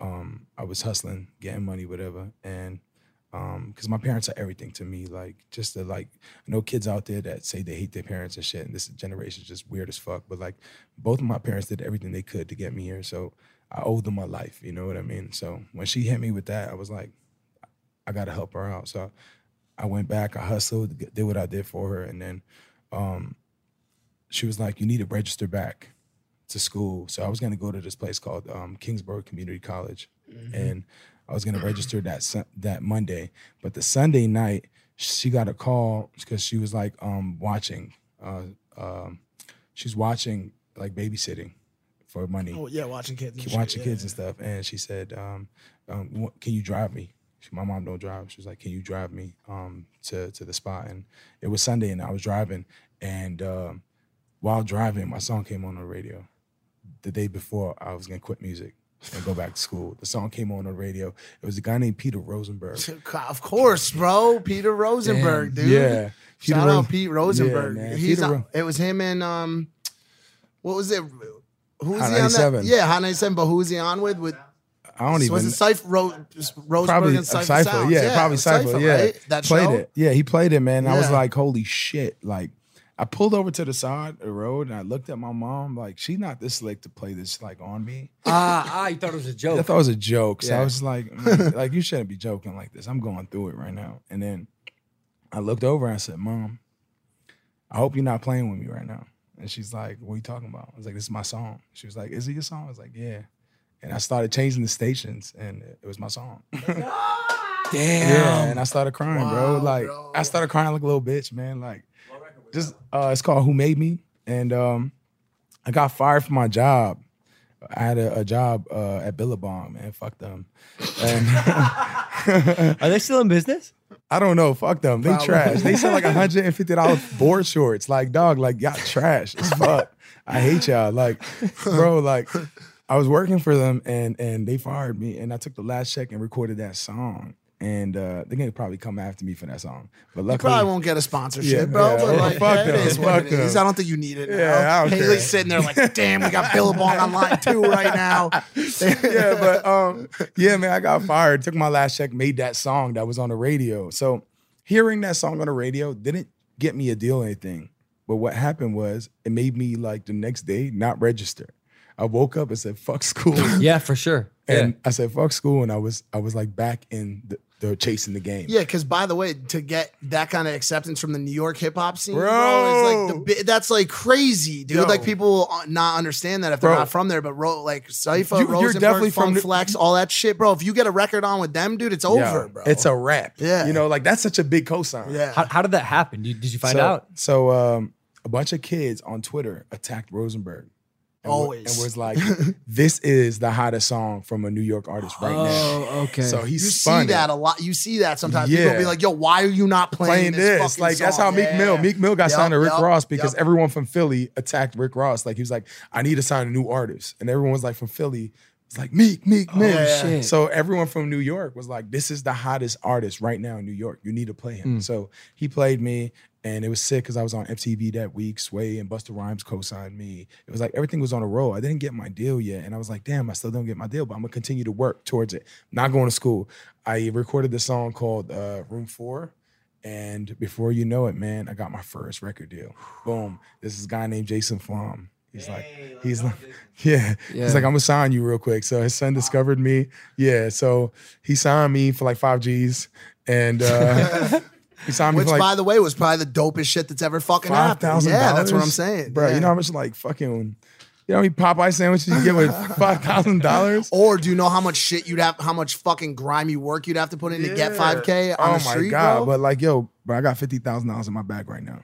um, I was hustling, getting money, whatever, and. um, Cause my parents are everything to me. Like, just the like, I know kids out there that say they hate their parents and shit, and this generation is just weird as fuck. But like, both of my parents did everything they could to get me here. So I owe them my life. You know what I mean? So when she hit me with that, I was like, I got to help her out. So I went back, I hustled, did what I did for her. And then um, she was like, You need to register back to school. So I was going to go to this place called um, Kingsburg Community College. And I was going to register that Sun- that Monday. But the Sunday night, she got a call because she was like um, watching. Uh, um, she's watching, like babysitting for money Oh yeah, watching kids, and ki- shit, watching yeah. kids and stuff. And she said, um, um, w- "Can you drive me?" She- my mom don't drive. She was like, "Can you drive me um, to to the spot?" And it was Sunday, and I was driving. And um, while driving, my song came on the radio. The day before, I was gonna quit music and go back to school. The song came on the radio. It was a guy named Peter Rosenberg. Of course, bro. Peter Rosenberg, (laughs) dude. Yeah, Peter Shout Ros- out Pete Rosenberg. Yeah, man. He's Peter on- Ro- it was him and um, what was it? Who was Hot he on that? 97. Yeah, Hot 97. But who was he on with? With I don't even. was it Cypher Ro- Rosenberg probably and Cypher, Cypher? Cypher Sounds? yeah, it probably was Cypher, yeah. right? That played show? it. Yeah, he played it, man. And I was Yeah. like, holy shit. Like I pulled over to the side of the road and I looked at my mom, like, she not this slick to play this like on me. Ah, ah, you thought it was a I joke. thought it was a joke. So Yeah. I was (laughs) like, "Mm, like you shouldn't be joking like this. I'm going through it right now. And then I looked over and I said, Mom, I hope you're not playing with me right now. And she's like, What are you talking about? I was like, This is my song. She was like, Is it your song? I was like, Yeah. And I started changing the stations and it was my song. Damn. Yeah, and I started crying, Wow, bro. Like bro. I started crying like a little bitch, man. Like just uh it's called Who Made Me. And um I got fired from my job. I had a, a job uh at Billabong, man. Fuck them. And Are they still in business? I don't know, fuck them. They Probably. trash. They sell like (laughs) $150 board shorts. Like, dog, like y'all trash as fuck. I hate y'all. Like, bro, like I was working for them and and they fired me and I took the last check and recorded that song. And uh, they're gonna probably come after me for that song. But luckily, Probably won't get a sponsorship, Yeah, bro. yeah. But Well, like, fuck it them, is what fuck it is. them. I don't think you need it. Yeah, I now. don't Haley's care. sitting there (laughs) like, damn, we got Billabong online too right now. (laughs) (laughs) yeah, but um, yeah, man, I got fired. Took my last check, made that song that was on the radio. So hearing that song on the radio didn't get me a deal or anything. But what happened was it (laughs) made me like the next day not register. I woke up and said, "Fuck school." Yeah, for sure. And I said, fuck school. And I was I was like back in the, the chasing the game. Yeah, because by the way, to get that kind of acceptance from the New York hip hop scene, bro, is Bro. like the, bi- that's like crazy, dude. Yo. Like people will uh, not understand that if they're Bro. not from there. But ro- like You- Sypha, you're Rosenberg, definitely Funk from the- Flex, all that shit, bro. If you get a record on with them, dude, it's Yeah. over, bro. It's a wrap. Yeah. You know, like that's such a big cosign. yeah. How, how did that happen? You, did you find so, out? So um, a bunch of kids on Twitter attacked Rosenberg. And wa- Always. and was (laughs) like, this is the hottest song from a New York artist Oh, right now. okay. So he Oh, you spun see that it. a lot. You see that sometimes. People Yeah. be like, "Yo, why are you not Playing playing, this, fucking like that's how song?" Meek Yeah. Mill, Meek Mill got Yup, signed to Rick yup, Ross because yup. everyone from Philly attacked Rick Ross. Like he was like, I need to sign a new artist, and everyone was like from Philly, was like Meek, Meek, Mill. Oh, yeah. shit. So everyone from New York was like, "This is the hottest artist right now in New York. You need to play Hmm. him." So he played me, and it was sick because I was on MTV that week. Sway and Busta Rhymes co-signed me. It was like everything was on a roll. I didn't get my deal yet, and I was like, "Damn, I still don't get my deal, but I'm gonna continue to work towards it. Not going to school." I recorded this song called uh, "Room 4. And before you know it, man, I got my first record deal. Boom. This is a guy named Jason Flom. He's like, he's like, (laughs) yeah. Yeah. He's like, I'm gonna sign you real quick. So his son discovered me. Yeah. So he signed me for like five G's. And (laughs) uh he signed me Which, for by like the way, was probably the dopest shit that's ever fucking five happened. thousand Yeah, that's what I'm saying, Bro, Yeah. you know how much like fucking you know how many Popeye sandwiches you get (laughs) with five thousand dollars? Or do you know how much shit you'd have, how much fucking grimy work you'd have to put in to get 5K on Oh the my street, god, bro? but like yo, bro, I got fifty thousand dollars in my bag right now.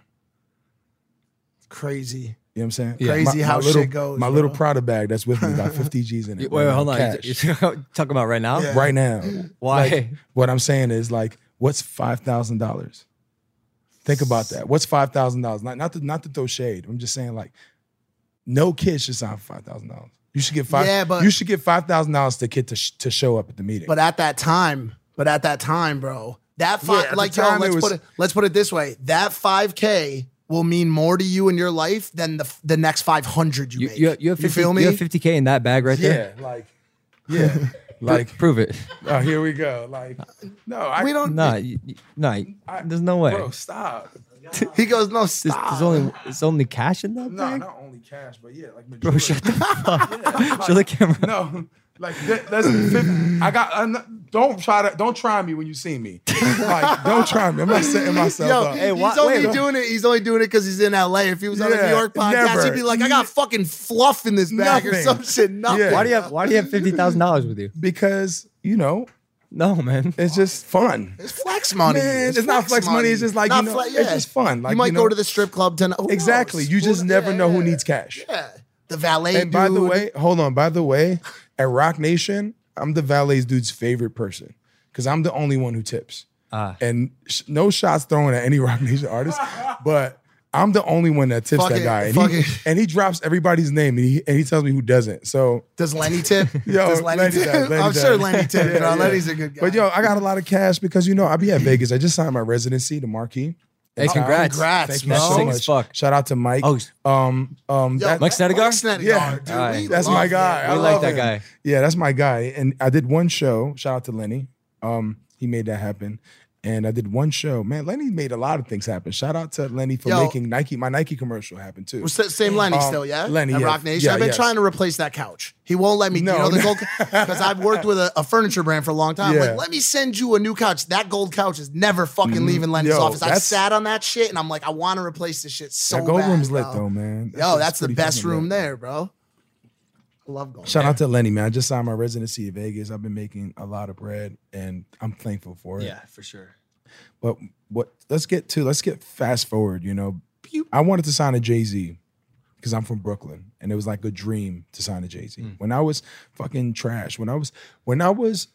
Crazy. You know what I'm saying? Yeah. Crazy how shit little, goes, My little bro. Prada bag that's with me got 50 G's in it. right Wait, (laughs) wait, now, hold on. cash. You're (laughs) talking about right now? Yeah. right now. (laughs) Why? Like, what I'm saying is like, what's five thousand dollars? Think about that. What's five thousand dollars? Not not to not to throw shade. I'm just saying like, no kid should sign for five thousand dollars. You should get five. Yeah, but- you should get five thousand dollars to kid to sh- to show up at the meeting. But at that time, but at that time, bro, that Yeah, five, at the like, yo, time, it let's was- put it, let's put it this way: that 5K will mean more to you in your life than the the next 500 you, You, make. you, you have 50, feel me? You have 50K in that bag right there? yeah, like, yeah, (laughs) like. Prove it. (laughs) Oh, here we go. Like, no, I we don't. No, you, you- no, you- there's no way. Bro, stop. (laughs) He goes, no, there's, stop. there's only there's only cash in that No, bag? not only cash, but yeah, like Bro, (laughs) majority- shut (laughs) the fuck up. Show the camera. No, like that, that's. I got. I'm not- don't try to. Don't try me when you see me. Like, don't try me. I'm not setting myself Yo, up. he's why- only wait. doing it. He's only doing it because he's in LA. If he was on a New Yeah, York podcast, never. he'd be like, "I got fucking fluff in this bag or Nothing. some shit." Nothing. Yeah. Why do you have Why do you have fifty thousand dollars with you? because you know No, man. it's just fun. It's flex money. Man, it's not flex money, it's just like, you know, it's just fun, like, you might you go know- to the strip club tonight. Who Exactly. knows? You Who just kn- never yeah, know who yeah, needs cash. Yeah. The valet. And by the dude. way, hold on. By the way, at Rock Nation, I'm the valet dude's favorite person because I'm the only one who tips. Uh. Ah. And sh- no shots thrown at any (laughs) Rock Nation artist, but I'm the only one that tips Fuck that it, guy. fuck And he, it. and he drops everybody's name and he, and he tells me who doesn't. So does Lenny tip? (laughs) Yo, does Lenny, Lenny tip? does, Lenny I'm sure does. Lenny tip. Yeah, bro. yeah. Lenny's a good guy. But yo, I got a lot of cash because you know I be (laughs) at Vegas. I just signed my residency to Marquee. Hey, congrats. congrats, Thank you bro. so Sick much. as fuck. Shout out to Mike. Oh, um, um, Yo, that- Mike Snedegar? Mike Snedegar, Yeah. dude, Alright. we that's love my him. guy. I We love like that him. guy. Yeah, that's my guy. And I did one show. Shout out to Lenny. Um, he made that happen. And I did one show. Man, Lenny made a lot of things happen. Shout out to Lenny for Yo. making Nike my Nike commercial happen too. We're st- Same Lenny Um, still, yeah. Lenny, At yeah. Rock Nation. Yeah, I've been yes. trying to replace that couch. He won't let me. No, you know the no. gold because I've worked with a, a furniture brand for a long time. Yeah. Mm-hmm. Like, let me send you a new couch. That gold couch is never fucking leaving Lenny's Yo, office. I that's- sat on that shit and I'm like, I want to replace this shit so that gold bad, room's lit bro. though, man. That Yo, shit's that's the pretty best fucking room lit. there, bro. I love going. Shout there. out to Lenny, man. I just signed my residency in Vegas. I've been making a lot of bread and I'm thankful for it. for sure. But what let's get to let's get fast forward, you know. I wanted to sign a Jay-Z because I'm from Brooklyn and it was like a dream to sign a Jay-Z. When I was fucking trash, when I was when I was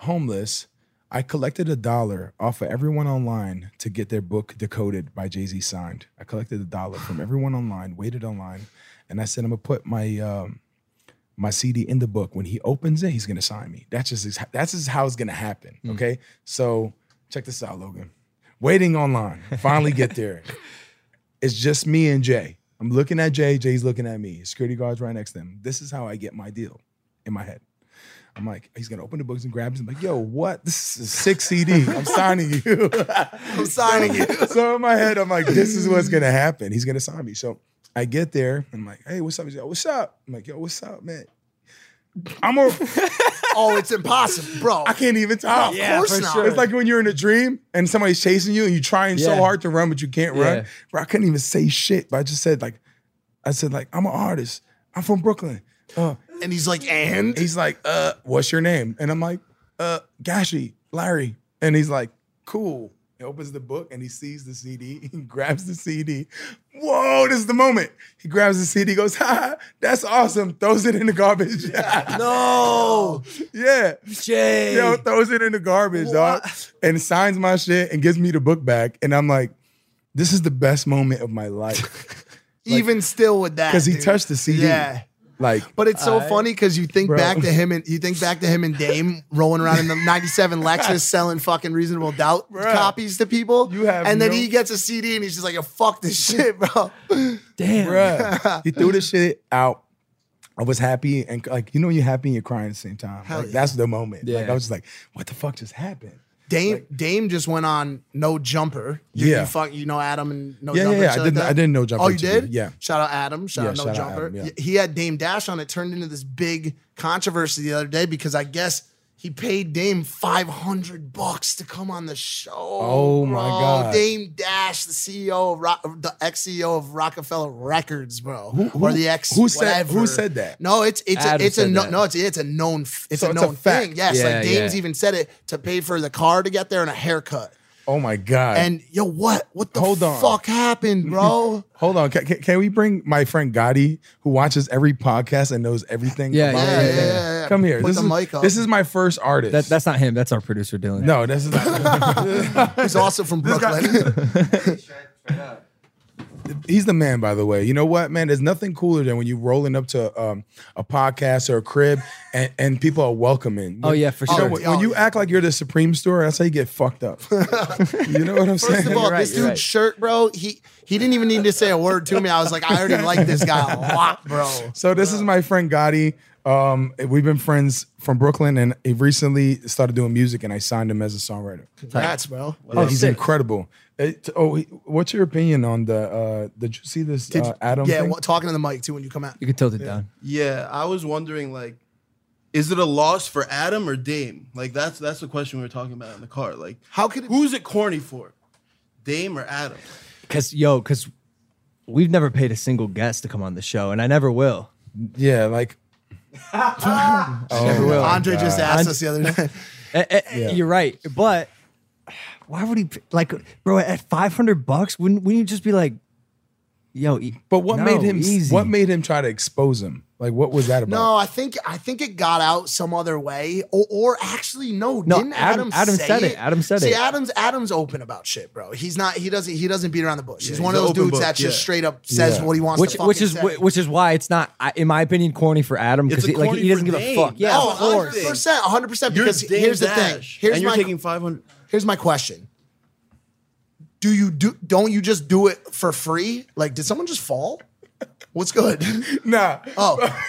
homeless, I collected a dollar off of everyone online to get their book decoded by Jay-Z signed. I collected a dollar from everyone online, waited online, and I said I'm going to put my um my CD in the book. When he opens it, he's gonna sign me. That's just that's just how it's gonna happen. Okay, so check this out, Logan. Waiting online, finally get there. It's just me and Jay. I'm looking at Jay. Jay's looking at me. Security guards right next to him. This is how I get my deal in my head. I'm like, he's gonna open the books and grabs him. Like, yo, what? This is a six CD. I'm signing you. I'm signing you. (laughs) so in my head, I'm like, this is what's gonna happen. He's gonna sign me. So I get there. I'm like, hey, what's up? He's like, what's up? I'm like, yo, what's up, man? I'm (laughs) a. Oh, it's impossible, bro. I can't even talk. Of course for not. sure. It's like when you're in a dream and somebody's chasing you and you're trying so Yeah. hard to run, but you can't run. Yeah. Bro, I couldn't even say shit, but I just said like, I said like, I'm an artist. I'm from Brooklyn. Uh, And he's like, and he's like, uh, what's your name? And I'm like, uh, Gashi, Larry. And he's like, cool. He opens the book and he sees the CD. (laughs) He grabs the CD. Whoa, this is the moment. He grabs the CD, goes, ha, that's awesome. Throws it in the garbage. no. (laughs) yeah. Jay. Yo, throws it in the garbage, dog, and signs my shit and gives me the book back. And I'm like, this is the best moment of my life. Even still with that, 'Cause he dude. touched the CD. Yeah. like, But it's so I- funny because you think Bro. back to him and you think back to him and Dame rolling around in the (laughs) '97 Lexus selling fucking reasonable doubt Bruh. copies to people. You have and then no- he gets a CD and he's just like, "Yo, (laughs) fuck this shit, bro." Damn. bruh, (laughs) he threw the shit out. I was happy and like, you know, when you're happy and you're crying at the same time. Hell like, yeah. that's the moment. Like, Yeah. I was just like, what the fuck just happened? Dame Dame just went on no jumper. You, Yeah. you fuck, you know Adam and no Yeah, yeah, jumper. yeah. shit I like didn't- that? I didn't know Jumper Oh, you too, did? yeah. Shout out Adam. Shout Yeah, out no shout out jumper. Adam, yeah. Y- He had Dame Dash on. It turned into this big controversy the other day because I guess. He paid Dame five hundred bucks to come on the show. Oh, my bro. God. Dame Dash, the CEO of Ro- the ex CEO of Rockefeller Records, bro, who- or the ex who said- who whatever. said that? No, it's it's a, Adam it's a said no, that. no, it's it's a known f- it's So a it's a known fact. thing. Yes, Yeah, like Dame's yeah. even said it to pay for the car to get there and a haircut. Oh my God. And yo, what? What the Hold on. fuck happened, (laughs) bro? Hold on, can, can- can we bring my friend Gotti, who watches every podcast and knows everything? Yeah, about yeah, everything? yeah, yeah, yeah. Come here. Put this the is mic up. this is my first artist. That, that's not him. That's our producer, Dylan. no, this is not. He's also from Brooklyn. He's the man, by the way. You know what, man? There's nothing cooler than when you rolling up to um, a podcast or a crib and, and people are welcoming. Oh, yeah, for You know sure. what? Oh, when you act like you're the supreme store, that's how you get fucked (laughs) up. you know what I'm saying? (laughs) First of all, right, this you're dude's right. shirt, bro. He he didn't even need to say a word to me. I was like, I already like this guy a lot, bro. So this is my friend Gotti. Um, we've been friends from Brooklyn, and he recently started doing music, and I signed him as a songwriter. Congrats, bro. Oh, he's sick. incredible. It- oh, he- what's your opinion on the? Uh, did you see this uh, Adam? Yeah, thing? wa- talking to the mic too when you come out. You can tilt it down. Yeah, I was wondering like, is it a loss for Adam or Dame? Like that's that's the question we were talking about in the car. Like, How could it- who's it corny for, Dame or Adam? Cause yo, cause we've never paid a single guest to come on the show, and I never will. yeah, like Oh, oh Andre just asked us the other (laughs) day. Eh, eh, You're right, but why would he like, bro? At 500 bucks, wouldn't wouldn't you just be like, yo? e- But what no, made him? Easy. What made him try to expose him? Like, what was that about? No, I think I think it got out some other way, or, or actually, no, No, didn't Adam- Adam? Adam say said it. Adam said See, it. Adam's Adam's open about shit, bro. He's not. He doesn't. He doesn't beat around the bush. he's he's one of an those open dudes book, that just yeah. straight up says Yeah. what he wants. Which to fucking which is say. wh- which is why it's not, I- in my opinion, corny for Adam It's because a like corny he doesn't for give a Dame. fuck. Yeah, Oh, of course. honestly. 100%, 100%. You're Because Dame here's Dash, the thing. Here's and you're my taking five hundred. here's my question. Do you do? Don't you just do it for free? Like, did someone just fall? What's (laughs) good? Nah. Oh,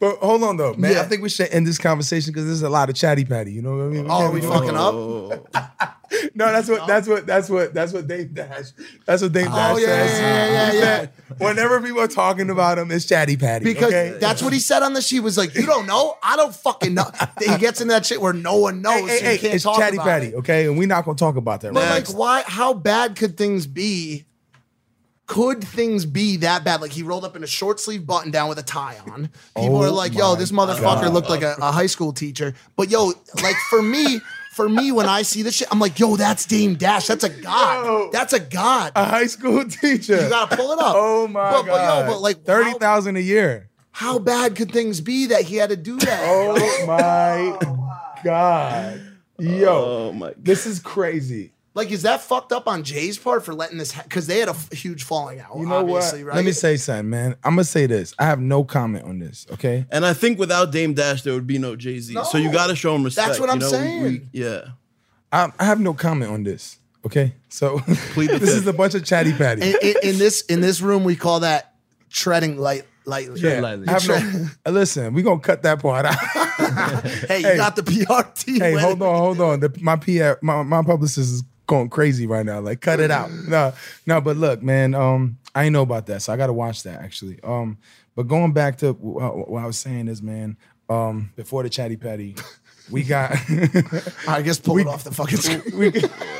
But hold on though, man. Yeah. I think we should end this conversation because there's a lot of chatty patty. You know what I mean? oh, are we can't- fucking up? No, that's what that's what that's what that's what Dave Dash. That's what Dave Dash Oh, yeah, says. yeah, yeah, He yeah, said, Whenever people are talking about him, it's chatty patty. Because okay? that's what he said on the sheet. Was like, you don't know. I don't fucking know. (laughs) he gets into that shit where no one knows. Hey, hey, so hey, you can't it's talk chatty about patty, it. okay? And we're not gonna talk about that. But right Next. like, why? How bad could things be? Could things be that bad? Like he rolled up in a short sleeve button down with a tie on. People Oh are like, "Yo, my this motherfucker God. looked like a, a high school teacher." But yo, like for me, for me, when I see this shit, I'm like, "Yo, that's Dame Dash. That's a god. Yo. That's a god." (laughs) A high school teacher. you gotta pull it (laughs) up. Oh my but, god. But yo, but like, thirty how, thousand a year. how bad could things be that he had to do that? bro? (laughs) Oh my god. Yo, Oh my god. this is crazy. Like, is that fucked up on Jay's part for letting this? Because they had a f- huge falling out. You know what? obviously, Right? Let me say something, man. I'm gonna say this. I have no comment on this. Okay. And I think without Dame Dash, there would be no Jay Z. So No. you got to show him respect. That's what you I'm know? saying. We- we- yeah. I, I have no comment on this. Okay. So (laughs) Plead the this is fifth. a bunch of chatty patty. in, in, in this in this room, we call that treading light lightly. Yeah, lightly. I have no, (laughs) listen, we're gonna cut that part out. Hey, you got the PRT. hey, wedding. hold on, hold on. The, my PR, my, my publicist is going crazy right now. Like, cut it out. No, no, but look, man, um, I ain't know about that, so I gotta watch that actually. Um, but going back to wh- wh- what I was saying is, man, um, before the chatty patty, we got I guess pull it off (laughs) the fucking screen. (laughs) we,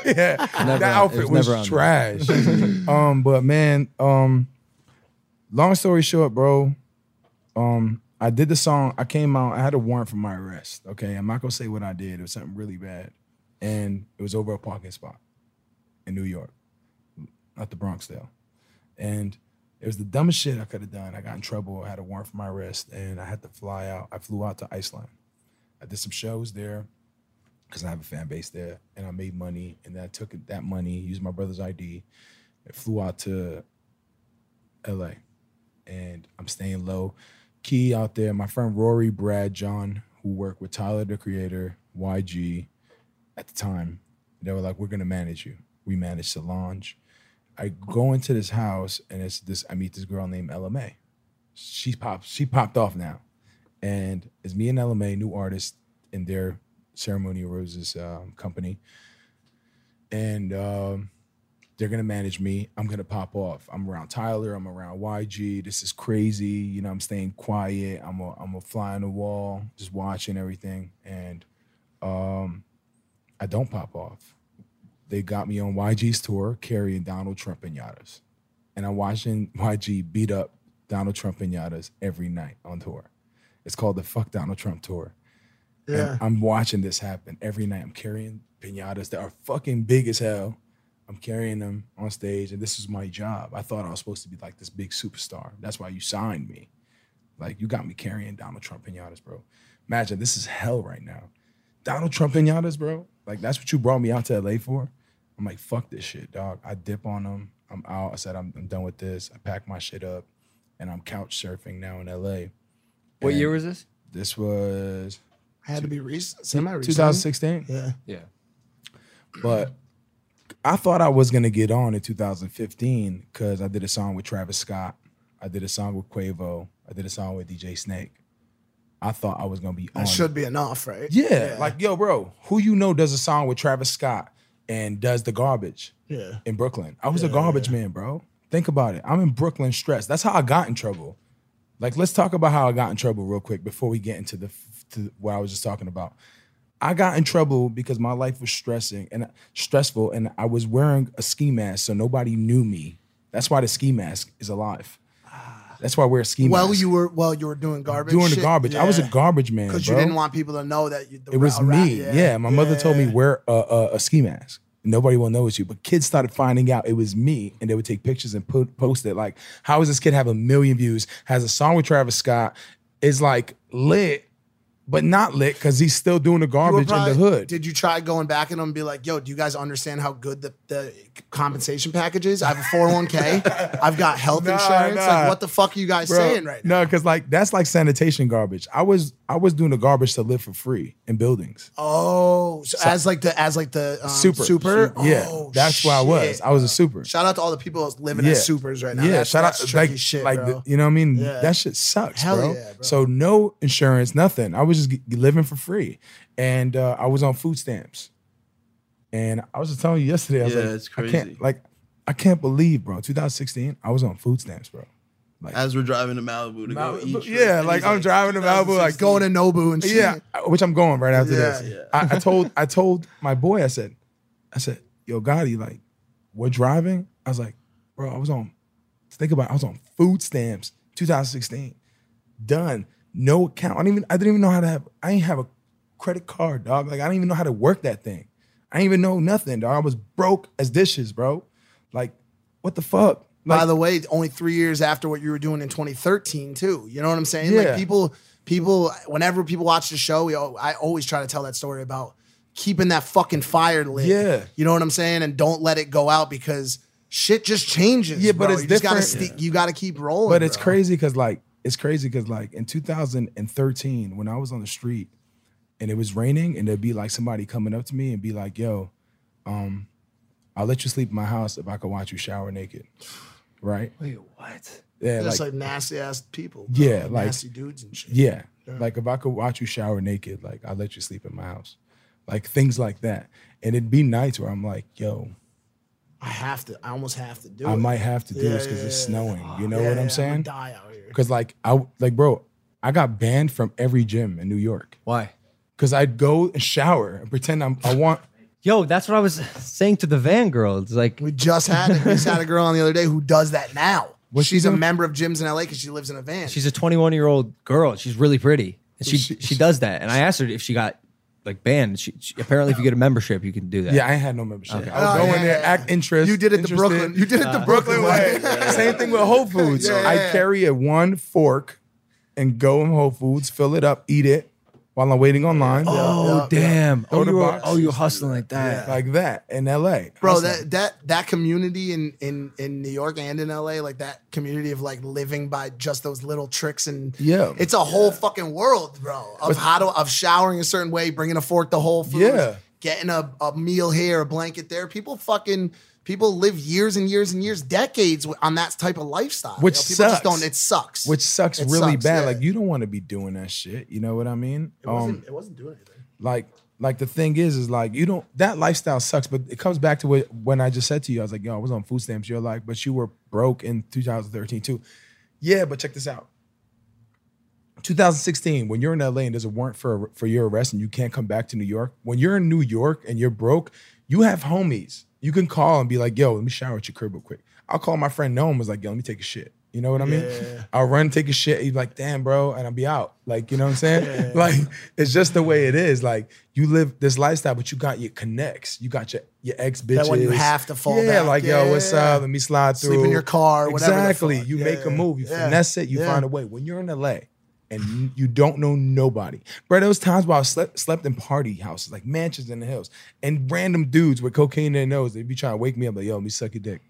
yeah, that on- outfit it was, was never on. trash. (laughs) um, but man, um, long story short, bro, um, I did the song. I came out. I had a warrant for my arrest. Okay, I'm not gonna say what I did. It was something really bad, and it was over a parking spot in New York, not the Bronx though, and. It was the dumbest shit I could have done. I got in trouble. I had a warrant for my arrest, and I had to fly out. I flew out to Iceland. I did some shows there because I have a fan base there, and I made money, and then I took that money, used my brother's ID, and flew out to LA, and I'm staying low key out there. My friend Rory, Brad, John, who work with Tyler the Creator, YG, at the time, they were like, "We're gonna manage you." We managed Solange. I go into this house, and it's this. I meet this girl named LMA. She popped. She popped off now and it's me and LMA, new artist in their Ceremony of Roses um, company, and um, they're gonna manage me. I'm gonna pop off. I'm around Tyler. I'm around YG. This is crazy. You know, I'm staying quiet. I'm a I'm a fly on the wall, just watching everything, and um, I don't pop off. They got me on YG's tour carrying Donald Trump pinatas, and I'm watching YG beat up Donald Trump pinatas every night on tour. It's called the Fuck Donald Trump Tour. And Yeah. I'm watching this happen every night. I'm carrying pinatas that are fucking big as hell. I'm carrying them on stage, and this is my job. I thought I was supposed to be like this big superstar. That's why you signed me. Like, you got me carrying Donald Trump pinatas, bro. Imagine this is hell right now. Donald Trump pinatas, bro. Like, that's what you brought me out to LA for. I'm like, fuck this shit, dog. I dip on them. I'm out. I said, I'm, I'm done with this. I pack my shit up, and I'm couch surfing now in LA. What And year was this? this was Had to be recent. Semi recent. 2016. Yeah. Yeah. But I thought I was gonna get on in 2015 because I did a song with Travis Scott, I did a song with Quavo, I did a song with DJ Snake. I thought I was gonna be on. That should be enough, right? yeah, like yo, bro, who you know does a song with Travis Scott and does the garbage Yeah. in Brooklyn? I was a garbage man, bro. Think about it. I'm in Brooklyn, stressed. That's how I got in trouble. Like, let's talk about how I got in trouble real quick before we get into the f- to what I was just talking about. I got in trouble because my life was stressing and stressful, and I was wearing a ski mask, so nobody knew me. That's why the ski mask is alive. That's why I wear a ski Well, mask. Ah. you were well, you were doing garbage. doing the shit. garbage. I was a Yeah. garbage man because you bro. didn't want people to know that you. The It was ra- ra- me. Yeah. my mother told me wear a, a, a ski mask. Nobody will know it's you. But kids started finding out it was me, and they would take pictures and put, post it. Like, how is this kid have a million views? Has a song with Travis Scott? Is like lit, but not lit because he's still doing the You were garbage probably- in the hood. Did you try going back at them and be like, "Yo, do you guys understand how good the, the compensation package is? I have a four hundred (laughs) one k. I've got health Nah, insurance. nah. Like, what the fuck are you guys Bro, saying right now? No, because like that's like sanitation garbage. I was I was doing the garbage to live for free in buildings. Oh, so as like the as like the um, super, super super. Yeah, Oh, that's where I was. shit. I was a super. Shout out to all the people that's living Yeah. as supers right now. Yeah, that's, shout that's out tricky like shit, like bro. the, you know what I mean. Yeah. That shit sucks, Hell bro. yeah, bro. So no insurance, nothing. I was just g- living for free, and uh, I was on food stamps. And I was just telling you yesterday, I was Yeah, like, it's I crazy. can't, like, I can't believe, bro. 2016, I was on food stamps, bro. As we're driving to Malibu to go Malibu- eat. right? yeah, And like, he's I'm driving to Malibu, like, going to Nobu and shit. Yeah, which I'm going right after Yeah. this. Yeah. I, I told I told my boy, I said, I said, yo, Gotti, like, we're driving. I was like, bro, I was on, think about it, I was on food stamps 2016. Done. No account. I didn't even I didn't even know how to have I didn't have a credit card, dog. Like I didn't even know how to work that thing. I didn't even know nothing, dog. I was broke as dishes, bro. Like, what the fuck? Like, By the way, only three years after what you were doing in 2013, too. You know what I'm saying? Yeah. Like people, people. Whenever people watch the show, we, al- I always try to tell that story about keeping that fucking fire lit. Yeah. You know what I'm saying? And don't let it go out because shit just changes. Yeah, but bro. it's you just gotta different. sti- you gotta keep rolling. But it's bro. crazy because like it's crazy because like in 2013 when I was on the street and it was raining and there'd be like somebody coming up to me and be like, "Yo, um, I'll let you sleep in my house if I could watch you shower naked." Right? Wait, what? Yeah, They're like, Just like, nasty ass people. Yeah, like, like- nasty dudes and shit. yeah, like if I could watch you shower naked, like I'll let you sleep in my house, like things like that. And it'd be nights where I'm like, "Yo, I have to. I almost have to do I it. might have to do Yeah, this because yeah, it's yeah. snowing." You know Yeah, what yeah, I'ma I'm saying? Die out here. Because like I like bro, I got banned from every gym in New York Why? because I'd go and shower and pretend I'm, I want. Yo, that's what I was saying to the van girl. It's like, We just had (laughs) we just had a girl on the other day who does that now. What's she she's a doing? member of gyms in LA because she lives in a van. she's a 21 year old girl. She's really pretty. And she, she She- does that. And I asked her if she got like banned. She, she- apparently, if you get a membership, you can do that. Yeah, I ain't had no membership. I Oh, would go yeah, in there, yeah, act interest. you did it to interested. Brooklyn. You did it to Brooklyn way. (laughs) Same thing with Whole Foods. Yeah, I yeah. carry a one fork and go in Whole Foods, fill it up, eat it while I'm waiting online. Oh damn! Oh, Go to you were, boxes, oh, you're hustling like that. Like that in LA. Bro, Hustling. that that that community in in in New York and in LA, like that community of like living by just those little tricks and Yeah. it's a whole fucking world, bro. Of how to of showering a certain way, bringing a fork to Whole Foods, Yeah. getting a, a meal here, a blanket there. People fucking people live years and years and years, decades on that type of lifestyle. Which people sucks. just don't. It sucks. which sucks It really sucks, bad. yeah. Like you don't want to be doing that shit. You know what I mean? Um, it wasn't, it wasn't doing anything. like like the thing is is like you don't that lifestyle sucks but it comes back to what when i just said to you i was like yo i was on food stamps you're like but you were broke in 2013 too yeah but check this out 2016 when you're in la and there's a warrant for for your arrest and you can't come back to new york when you're in new york and you're broke you have homies you can call and be like yo let me shower at your crib real quick i'll call my friend noam was like yo let me take a shit you know what i mean i'll run take a shit he's like damn bro and i'll be out like you know what i'm saying (laughs) like it's just the way it is like you live this lifestyle but you got your connects you got your your ex bitches That one you have to fall yeah back. like yo what's Yeah. up let me slide Sleep through in your car, whatever the exactly fuck. you Yeah, make a yeah, move you yeah. finesse it you Yeah. find a way when you're in la and you- you don't know nobody. Bro, there was times where I slept, slept in party houses, like mansions in the hills, and random dudes with cocaine in their nose, they'd be trying to wake me up, like, yo, let me suck your dick.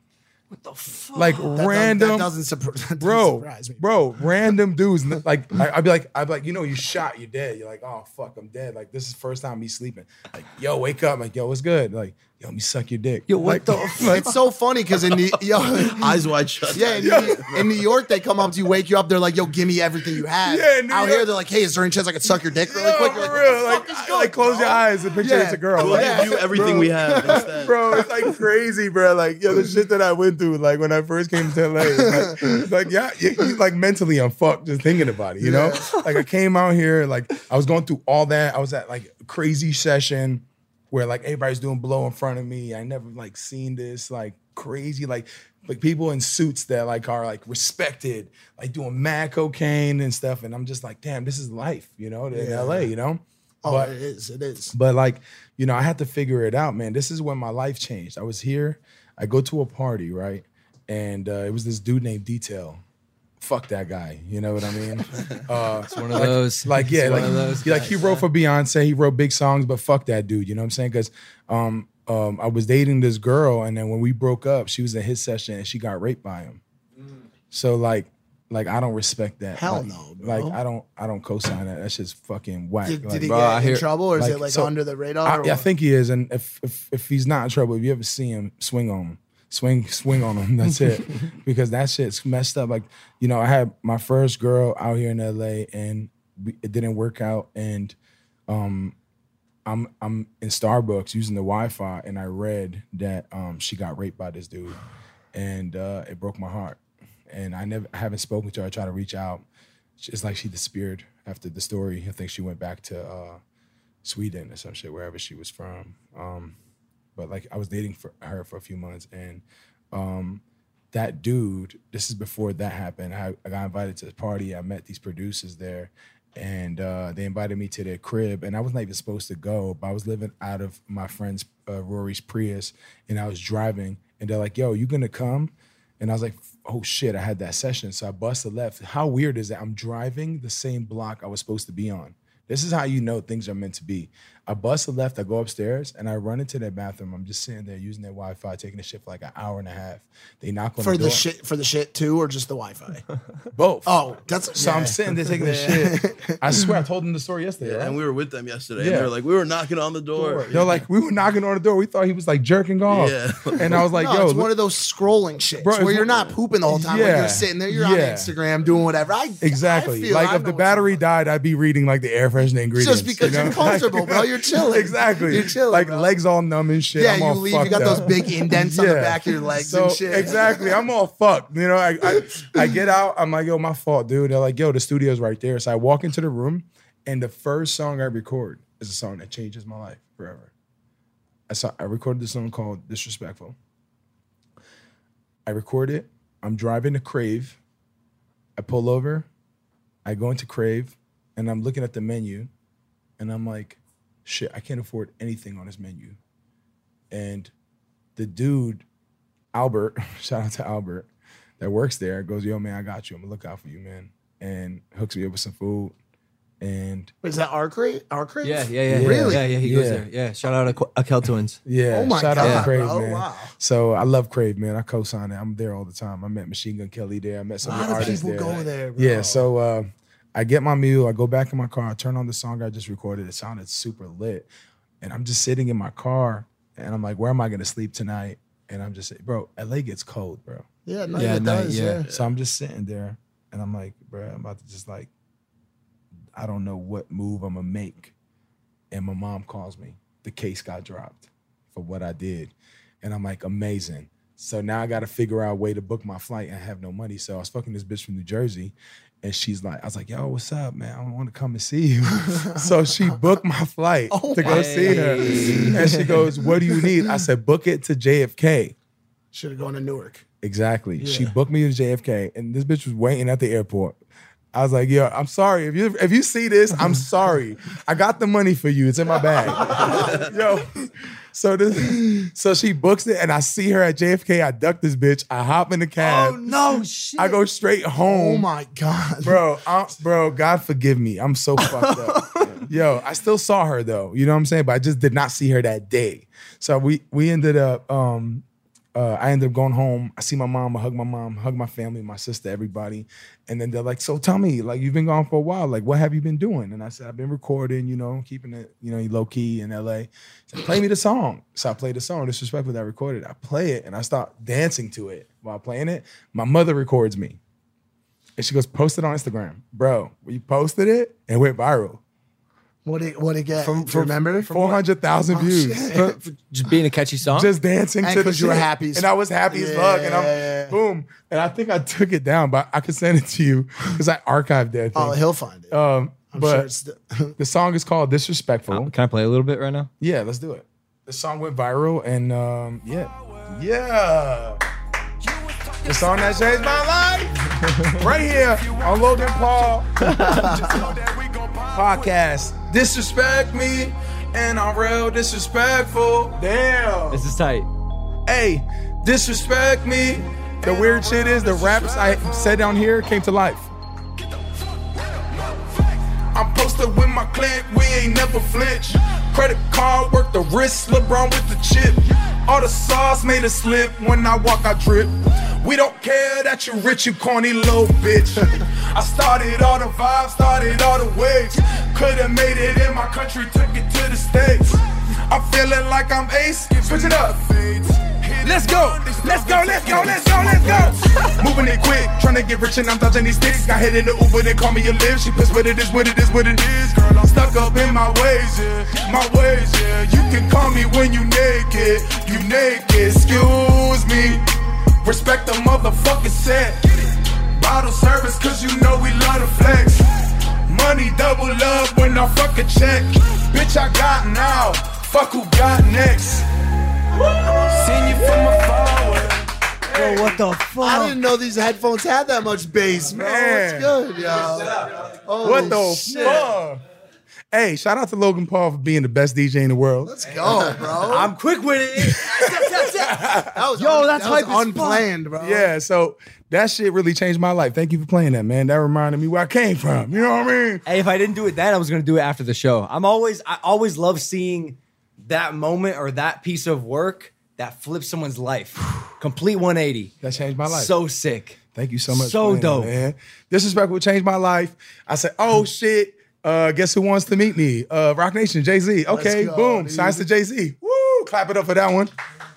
What the fuck? Like That doesn't- random that doesn't, surpri- (laughs) that doesn't bro, surprise me. bro, random dudes. n- Like I, I'd be like, I'd be like, you know, you shot, you're dead. You're like, oh fuck, I'm dead. Like this is first time me sleeping. Like, yo, wake up. like, yo, what's good? Like, yo, let me suck your dick. Yo, what Like, the (laughs) like, It's so funny because in the yo, (laughs) Eyes wide shut. yeah, in, New, in New York they come up to you, wake you up, they're like, "Yo, give me everything you have." Yeah, in New out York- here they're like, "Hey, is there any chance I could suck your dick yo, really quick?" for You're like, real. Like, I- like, close your eyes and picture Yeah. it's a girl. We'll Like, give you everything we have. instead. Bro, it's like crazy, bro. Like, yo, the shit that I went through, like when I first came to LA, it's like, it's like yeah, you, you, like mentally, I'm fucked just thinking about it. You know, like I came out here, like I was going through all that. I was at like a crazy session where like everybody's doing blow in front of me. I never like seen this like crazy like like people in suits that like are like respected, like doing mad cocaine and stuff. And I'm just like, damn, this is life, you know, in LA, you know. oh, But- it is, it is. but like, you know, I had to figure it out, man. This is when my life changed. I was here. I go to a party, right? And uh, it was this dude named Detail. Fuck that guy. You know what I (laughs) mean? Uh, One of those. like yeah, It's like, one of those he- like he guys. wrote for Beyonce, he wrote big songs, but fuck that dude. You know what I'm saying? Because um, um, I was dating this girl, and then when we broke up, she was in his session and she got raped by him. Mm. So like, like I don't respect that. Hell Like- no, bro. Like I don't, I don't co-sign that. That's just fucking whack. Did, did Like, he bro, get I in hear- trouble, or is like, it like so- under the radar? I, or yeah, I what? think he is, and if, if if he's not in trouble, if you ever see him, swing on him, swing swing on him. (laughs) That's it, because that shit's messed up. Like you know, I had my first girl out here in L.A. and we, it didn't work out, and um, I'm I'm in Starbucks using the Wi-Fi, and I read that um she got raped by this dude, and uh it broke my heart, and I never I haven't spoken to her. I try to reach out. It's like she disappeared after the story. I think she went back to. uh Sweden or some shit, wherever she was from. Um, but like I was dating for her for a few months, and um, that dude, this is before that happened. I, I got invited to the party. I met these producers there, and uh, they invited me to their crib. And I was not even supposed to go, but I was living out of my friend's uh, Rory's Prius, and I was driving. And they're like, "Yo, you gonna come?" And I was like, "Oh shit, I had that session." So I busted left. How weird is that? I'm driving the same block I was supposed to be on. This is how you know things are meant to be. I bust the left, I go upstairs, and I run into their bathroom. I'm just sitting there using their Wi-Fi, taking a shit for like an hour and a half. They knock on for the door. the shit, for the shit too, or just the Wi-Fi. both. Oh, that's so I'm sitting there (laughs) taking the shit. I swear, I told them the story yesterday. Yeah, right? and we were with them yesterday. Yeah. And they were like, we were knocking on the door. They're like, we were knocking on the door. We thought he was like jerking off, Yeah. and I was like, No, yo, it's look- one of those scrolling shits Bro, where it's- you're not pooping the whole time. Like Yeah. you're sitting there, you're Yeah. on Instagram doing whatever. I I exactly. feel- like I if the know what's going battery died, I'd be reading like the air freshener on. ingredients. just because you know? (laughs) you're comfortable, bro. You're you're chilling. Exactly. You're chilling. Like bro. legs all numb and shit. Yeah, I'm you all leave. You fucked got those up. big indents on the back of your legs So, and shit. Exactly. I'm all fucked. You know, I, I I get out. I'm like, yo, my fault, dude. They're like, yo, the studio's right there. So I walk into the room, and the first song I record is a song that changes my life forever. I saw I recorded this song called Disrespectful. I record it. I'm driving to Crave. I pull over. I go into Crave, and I'm looking at the menu, and I'm like, shit, I can't afford anything on this menu. And the dude Albert, (laughs) shout out to Albert, that works there, goes, yo, man, I got you. I'm gonna look out for you, man. And hooks me up with some food. And Wait, Is that our crate? Our crate? Yeah, yeah, yeah. Really? Yeah, yeah. He goes Yeah. there. Yeah. Shout out to Akel Twins. yeah, Oh my shout out God, to Crave, bro. man. Wow. So I love Crave, man. I co-sign it. I'm there all the time. I met Machine Gun Kelly there. I met A some of lot the of artists people there. go there. Bro. Yeah, so uh, I get my meal, I go back in my car, I turn on the song I just recorded. It sounded super lit. And I'm just sitting in my car and I'm like, where am I gonna sleep tonight? And I'm just bro, LA gets cold, bro. yeah, no, Yeah, it no, does. yeah. Yeah. So I'm just sitting there and I'm like, bro, I'm about to just like, I don't know what move I'm gonna make. And my mom calls me. The case got dropped for what I did. And I'm like, amazing. So now I gotta figure out a way to book my flight and I have no money. So I was fucking this bitch from New Jersey. And she's like, I was like, yo, what's up, man? I want to come and see you. (laughs) so she booked my flight (laughs) Oh to go my see her. And she goes, What do you need? I said, book it to JFK. Should have gone to Newark. Exactly. She booked me to JFK, and this bitch was waiting at the airport. I was like, "Yo, I'm sorry if you if you see this, (laughs) I'm sorry. I got the money for you. It's in my (laughs) bag." Yo, so this, so she books it, and I see her at JFK. I duck this bitch. I hop in the cab. Oh, no shit. I go straight Oh home, my god, Mm. (laughs) (laughs) bro. I'm, bro, God forgive me. I'm so fucked up. Yo, I still saw her though. You know what I'm saying? But I just did not see her that day. So we we ended up um uh, I ended up going home. I see my mom. I hug my mom, hug my family, my sister, everybody. And then they're like, "So tell me, like you've been gone for a while. Like what have you been doing?" And I said, "I've been recording. You know, keeping it, you know, low key in L.A." Said, play me the song. So I played the song, disrespectful that I recorded. I play it and I start dancing to it while playing it. My mother records me, and she goes, "Post it on Instagram, bro. We posted it and went viral. What did what did it get? From- From, from- remember? Oh, Four hundred thousand views." Just being a catchy song. (laughs) just dancing And to the 'cause you were shit. happy as- and I was happy as Yeah, fuck, and I'm yeah, yeah. boom, and I think I took it down, but I could send it to you because I archived that. Thing. oh, he'll find it. um, I'm but sure it's the, (laughs) the song is called "Disrespectful." Can I play a little bit right now? Yeah, let's do it. The song went viral, and um, yeah, yeah, the song that changed my life, (laughs) right here on Logan Paul (laughs) podcast. Disrespect me, and I'm real disrespectful. Damn. This is tight. Hey, disrespect me. The weird shit is the raps I said down here came to life. I'm posted with my clique, we ain't never flinch. Credit card work the wrist, LeBron with the chip. All the sauce made a slip when I walk, I drip. We don't care that you rich, you corny little bitch. I started all the vibes, started all the waves. Could've made it in my country, took it to the states. I'm feeling like I'm ace, switch it up. Let's go, let's go, let's go, let's go, let's go. Moving it quick, trying to get rich and I'm dodging these sticks. Got hit in the Uber, they call me a lift. She pissed, but it is what it is, what it is. Girl, I'm stuck up in my ways, yeah, my ways, yeah. You can call me when you naked, you naked. Excuse me, respect the motherfucking set. Bottle service, cause you know we love to flex. Money double up when I fuck a check. Bitch, I got now. Fuck who got next. Seen you from afar. Bro, what the fuck? Oh. I didn't know these headphones had that much bass, Oh, bro. Man. It's good, yo. Holy What the shit. fuck? Oh, Hey, shout out to Logan Paul for being the best DJ in the world. Let's go, bro. I'm quick with it. that was Yo, that's that was hype as fuck. unplanned, bro. Yeah, so that shit really changed my life. Thank you for playing that, man. That reminded me where I came from. You know what I mean? hey, if I didn't do it then, I was gonna do it after the show. I'm always, I always love seeing that moment or that piece of work that flips someone's life. (sighs) Complete 180. That changed my life. So sick. Thank you so much. So for playing, dope. Mm. man. Disrespect will change my life. I said, oh shit. Uh, guess who wants to meet me? Uh, Rock Nation, Jay Z. Okay, go, boom. dude. Signs to Jay Z. Woo! Clap it up for that one.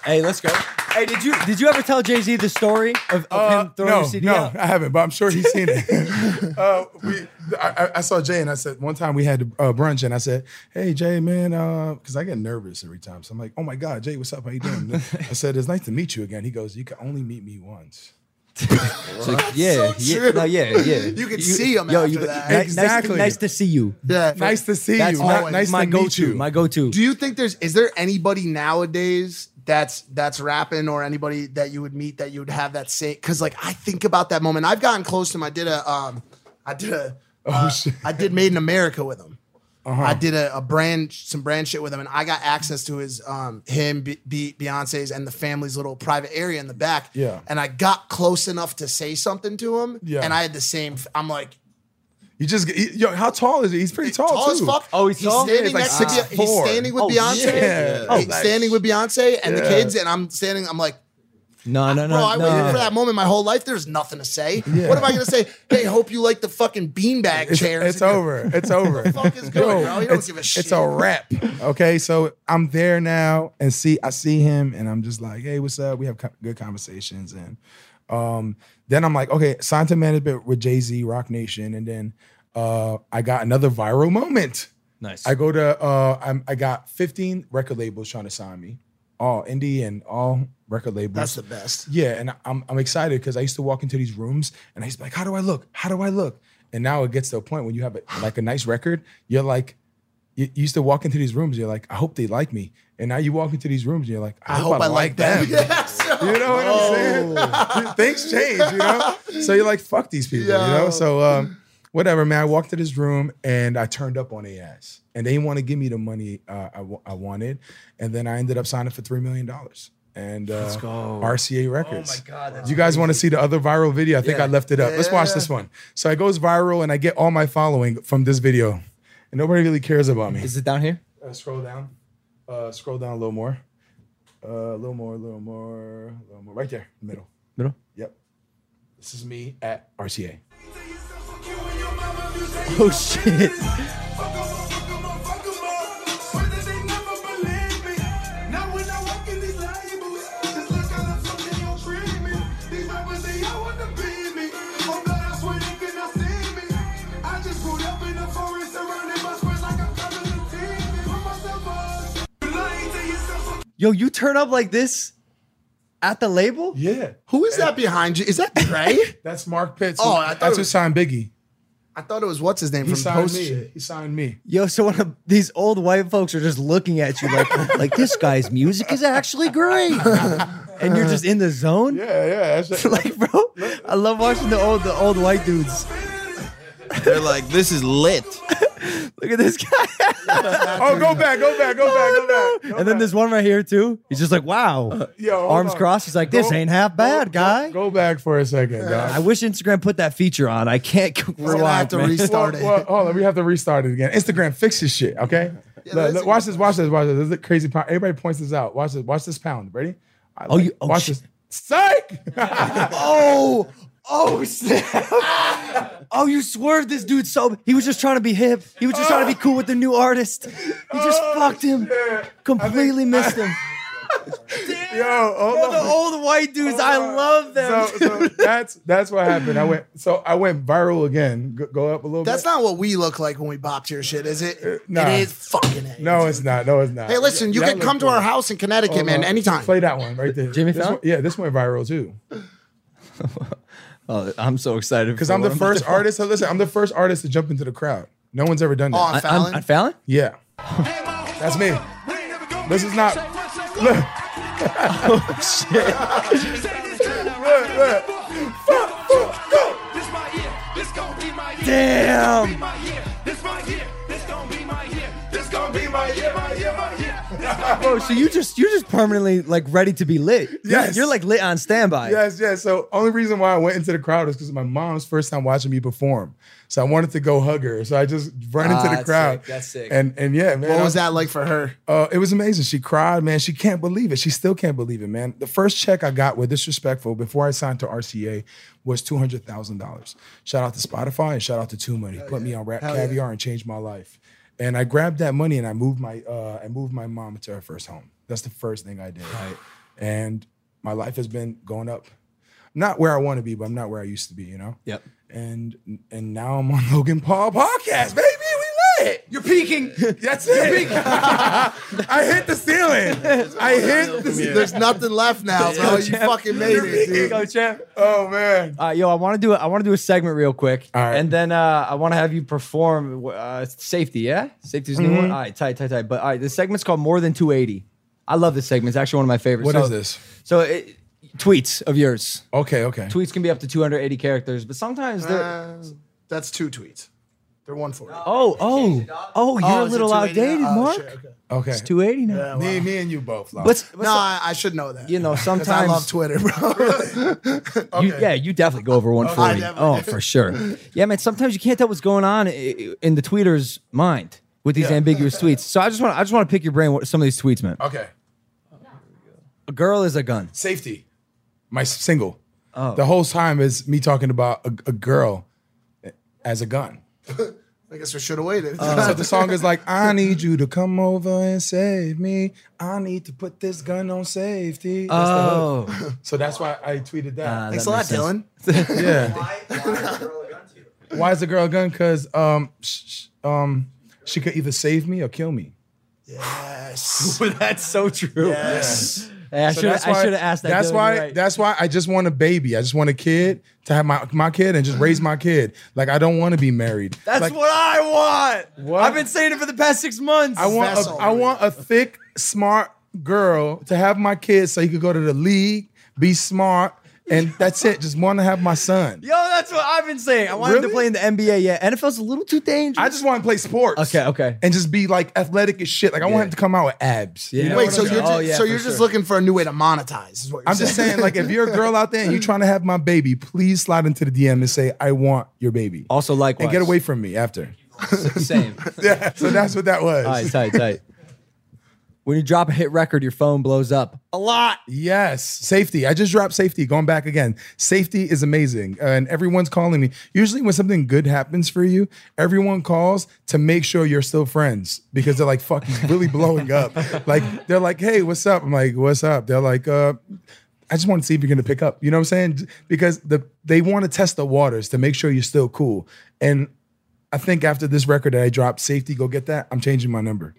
Hey, let's go. Hey, did you did you ever tell Jay Z the story of, of Uh, him throwing no, your CD no, out? I haven't, but I'm sure he's seen (laughs) it. (laughs) uh, we, I, I- I saw Jay, and I said one time we had uh, brunch, and I said, "Hey Jay, man," because I get nervous every time. So I'm like, "Oh my God, Jay, what's up? How you doing?" I said, "It's nice to meet you again." He goes, "You can only meet me once." It's like, yeah, so yeah, true. no, yeah, yeah. (laughs) You could see him after that. ni- nice- Exactly. Nice, to see you. Yeah. Nice to see That's you. Not always nice my to meet go-to. you. My go-to. Do you think there's is there anybody nowadays that's that's rapping or anybody that you would meet that you would have that same cuz like I think about that moment. I've gotten close to him. I did a um I (laughs) did a uh, Oh, shit. Uh-huh. I did Made in America with him. I did a, a brand some brand shit with him and I got access to his um him Be- Be- Beyonce's and the family's little private area in the back. Yeah. And I got close enough to say something to him Yeah. and I had the same f- I'm like you just get- he- yo, how tall is he? He's pretty tall, tall too. as fuck. Oh, he's tall? standing He's like next to Be- 6'4". He's standing with Oh, Beyonce. yeah. Oh, He's nice. standing with Beyonce and the Yeah. kids, and I'm standing. I'm like, No, no, no, bro, I no. waited for that moment my whole life. There's nothing to say. What am I gonna say? Hey, hope you like the fucking beanbag It's, chairs. it's over. It's (laughs) over. fuck is going, bro? You don't it's, give a It's shit. a wrap. Okay, so I'm there now, and see, I see him, and I'm just like, hey, what's up? We have co- good conversations, and um, then I'm like, okay, signed to management with Jay Z, Rock Nation, and then uh, I got another viral moment. Nice. I go to uh, I'm, I got 15 record labels trying to sign me, all indie and all record labels. That's the best. Yeah, and I'm I'm excited because I used to walk into these rooms and I used to be like, how do I look? How do I look? And now it gets to a point when you have a, like a nice record, you're like, you, you used to walk into these rooms, you're like, I hope they like me. And now you walk into these rooms, and you're like, I, I hope I like them. (laughs) (laughs) Yes. You know what I'm saying? (laughs) Things change, you know. So you're like, fuck these people, you know. Yo. So um, whatever, man. I walked to this room and I turned up on AS, and they didn't want to give me the money uh, I, wa- I wanted, and then I ended up signing for three million dollars. And uh, RCA Records. Oh my God, that's you guys want to see the other viral video? I think Yeah. I left it up. Let's watch this one. So it goes viral, and I get all my following from this video, and nobody really cares about me. Is it down here? Uh, scroll down. Uh, scroll down a little more. Uh, a little more, a little more, a little more. Right there, middle. Middle? Yep. This is me at RCA. Oh shit. Yo, you turn up like this at the label? Yeah. Who is that behind you? Is that Trey? (laughs) That's Mark Pitts. Oh, who- I thought that's it who was- signed Biggie. I thought it was what's his name He from signed Post. me. Shit. He signed me. Yo, so one of these old white folks are just looking at you like, (laughs) like this guy's music is actually great, (laughs) and you're just in the zone. Yeah, yeah. That's (laughs) Like, bro, I love watching the old the old white dudes. They're like, this is lit. Look at this guy. (laughs) (laughs) oh, go back, go back, go back, go back. Go and then back. there's one right here too. He's just like, wow, Yo, Uh, hold arms on. crossed. He's like, this Go- ain't half bad, go- guy. Go back for a second, I dog. wish Instagram put that feature on. I can't We're gonna have rewind, to man. restart it. Well, well, hold on, we have to restart it again. Instagram, fix this shit, okay? Look, that's look, a- watch this, watch this, watch this. This is a crazy pound. Everybody points this out. Watch this, watch this pound. Ready? I Oh, you- oh, watch shit. this. Psych! (laughs) oh, oh, oh! You swerved this dude so. He was just trying to be hip. He was just trying to be cool with the new artist. You just Oh, fucked him. shit. Completely missed him. Yo, hold Bro, on. the old white dudes. I love them. oh, So, so that's that's what happened. I went so I went viral again. Go, go up a little That's bit. not what we look like when we bopped your shit, is it? Uh, nah. It is fucking it. No, it's not. No, it's not. Hey, listen, you Y'all can come look to our good. house in Connecticut, man, Uh, anytime. Play that one right there. Jimmy this Fallon? one, Yeah, this went viral (laughs) too. (laughs) Oh, I'm so excited Because I'm the first artist. So listen, I'm the first artist to jump into the crowd. No one's ever done that. Oh, I'm Fallon. I'm Fallon. yeah. That's me. This is not- Look. Look, look. Fuck, fuck, fuck. Damn. Bro, Oh, so you just you're just permanently like ready to be lit. You're- Yes. You're like lit on standby. Yes, yes. So only reason why I went into the crowd is because my mom's first time watching me perform. So I wanted to go hug her. So I just ran Ah, into the that's crowd. sick, that's sick. And and yeah, man. What I- was that like for her? Uh, it was amazing. She cried, man. She can't believe it. She still can't believe it, man. The first check I got with disrespectful before I signed to RCA was two hundred thousand dollars. Shout out to Spotify and shout out to Two Money. Put me on Rap Caviar and changed my life. And I grabbed that money and I moved my uh, I moved my mom to her first home. That's the first thing I did. Right. And my life has been going up. Not where I want to be, but I'm not where I used to be, you know? Yep. And and now I'm on Logan Paul podcast, baby. We lit. You're peaking. (laughs) That's it. I hit the (laughs) ceiling. I hit the ceiling. (laughs) There's nothing left now, bro. Oh, You fucking made it, dude. Go, champ. Oh man. Uh, yo, I want to do a, I want to do a segment real quick, All right. and then uh, I want to have you perform uh, safety. Yeah, safety's new Mm-hmm. one. All right, tight, tight, tight. But all right, this segment's called More Than 280. I love this segment. It's actually one of my favorites. What so, is this? So it, tweets of yours. Okay, okay. Tweets can be up to 280 characters, but sometimes they're Uh, that's two tweets. They're one for oh oh oh you're Oh, a is it little 280 now? outdated, Oh, Mark. shit, okay. Okay. It's 280 now. Yeah, wow. Me, me and you both. Lon. What's, what's No, up? I, I should know that. you know 'Cause I sometimes love Twitter, (laughs) bro. You, yeah, you definitely go over 140. I definitely oh, for sure. Yeah, man. Sometimes you can't tell what's going on i- i- in the tweeter's mind with these ambiguous tweets. So I just want I just want to pick your brain. What some of these tweets meant. Okay. A girl is a (laughs) gun. Safety. My s- single. Oh. The whole time is me talking about a, a girl as a gun. I guess we should have waited. Oh, So the song is like, I need you to come over and save me. I need to put this gun on safety. That's the hook. Oh, Ah, So that's why I tweeted that. (laughs) Thanks a lot, makes sense. Dylan. yeah. Why is the girl a gun? Because um, sh- sh- um, she could either save me or kill me. Yes. that's so true. Yes. Hey, I So should that's why- I should have asked that. That's Dylan, why. you're right. That's why I just want a baby. I just want a kid to have my my kid and just raise my kid. Like I don't want to be married. Mm-hmm. That's Like, what I want. What? I've been saying it for the past six months. I want. A, vessel. I want a thick, smart girl to have my kid so he could go to the league, be smart, and that's it. Just want to have my son. Yo, that's what I've been saying. I want him to Really? play in the NBA. Yeah, NFL's a little too dangerous. I just want to play sports. Okay, okay. And just be like athletic as shit. Like I want him to come out with abs. Yeah. You know Wait, what so I'm you're saying? just, Oh, yeah, so for you're just sure. looking for a new way to monetize? Is what you're I'm just saying, like, if you're a girl out there and you're trying to have my baby, please slide into the DM and say, "I want your baby," also likewise. and get away from me after. (laughs) Same. (laughs) Yeah, so that's what that was. All right, tight, tight. When you drop a hit record, your phone blows up. A lot. Yes, safety. I just dropped safety. Going back again, safety is amazing, uh, and everyone's calling me. Usually, when something good happens for you, everyone calls to make sure you're still friends because they're like, "Fuck, he's really blowing up." Like they're like, "Hey, what's up?" I'm like, "What's up?" They're like, uh, "I just want to see if you're gonna pick up." You know what I'm saying? Because the they want to test the waters to make sure you're still cool. And I think after this record that I dropped, safety, go get that. I'm changing my number.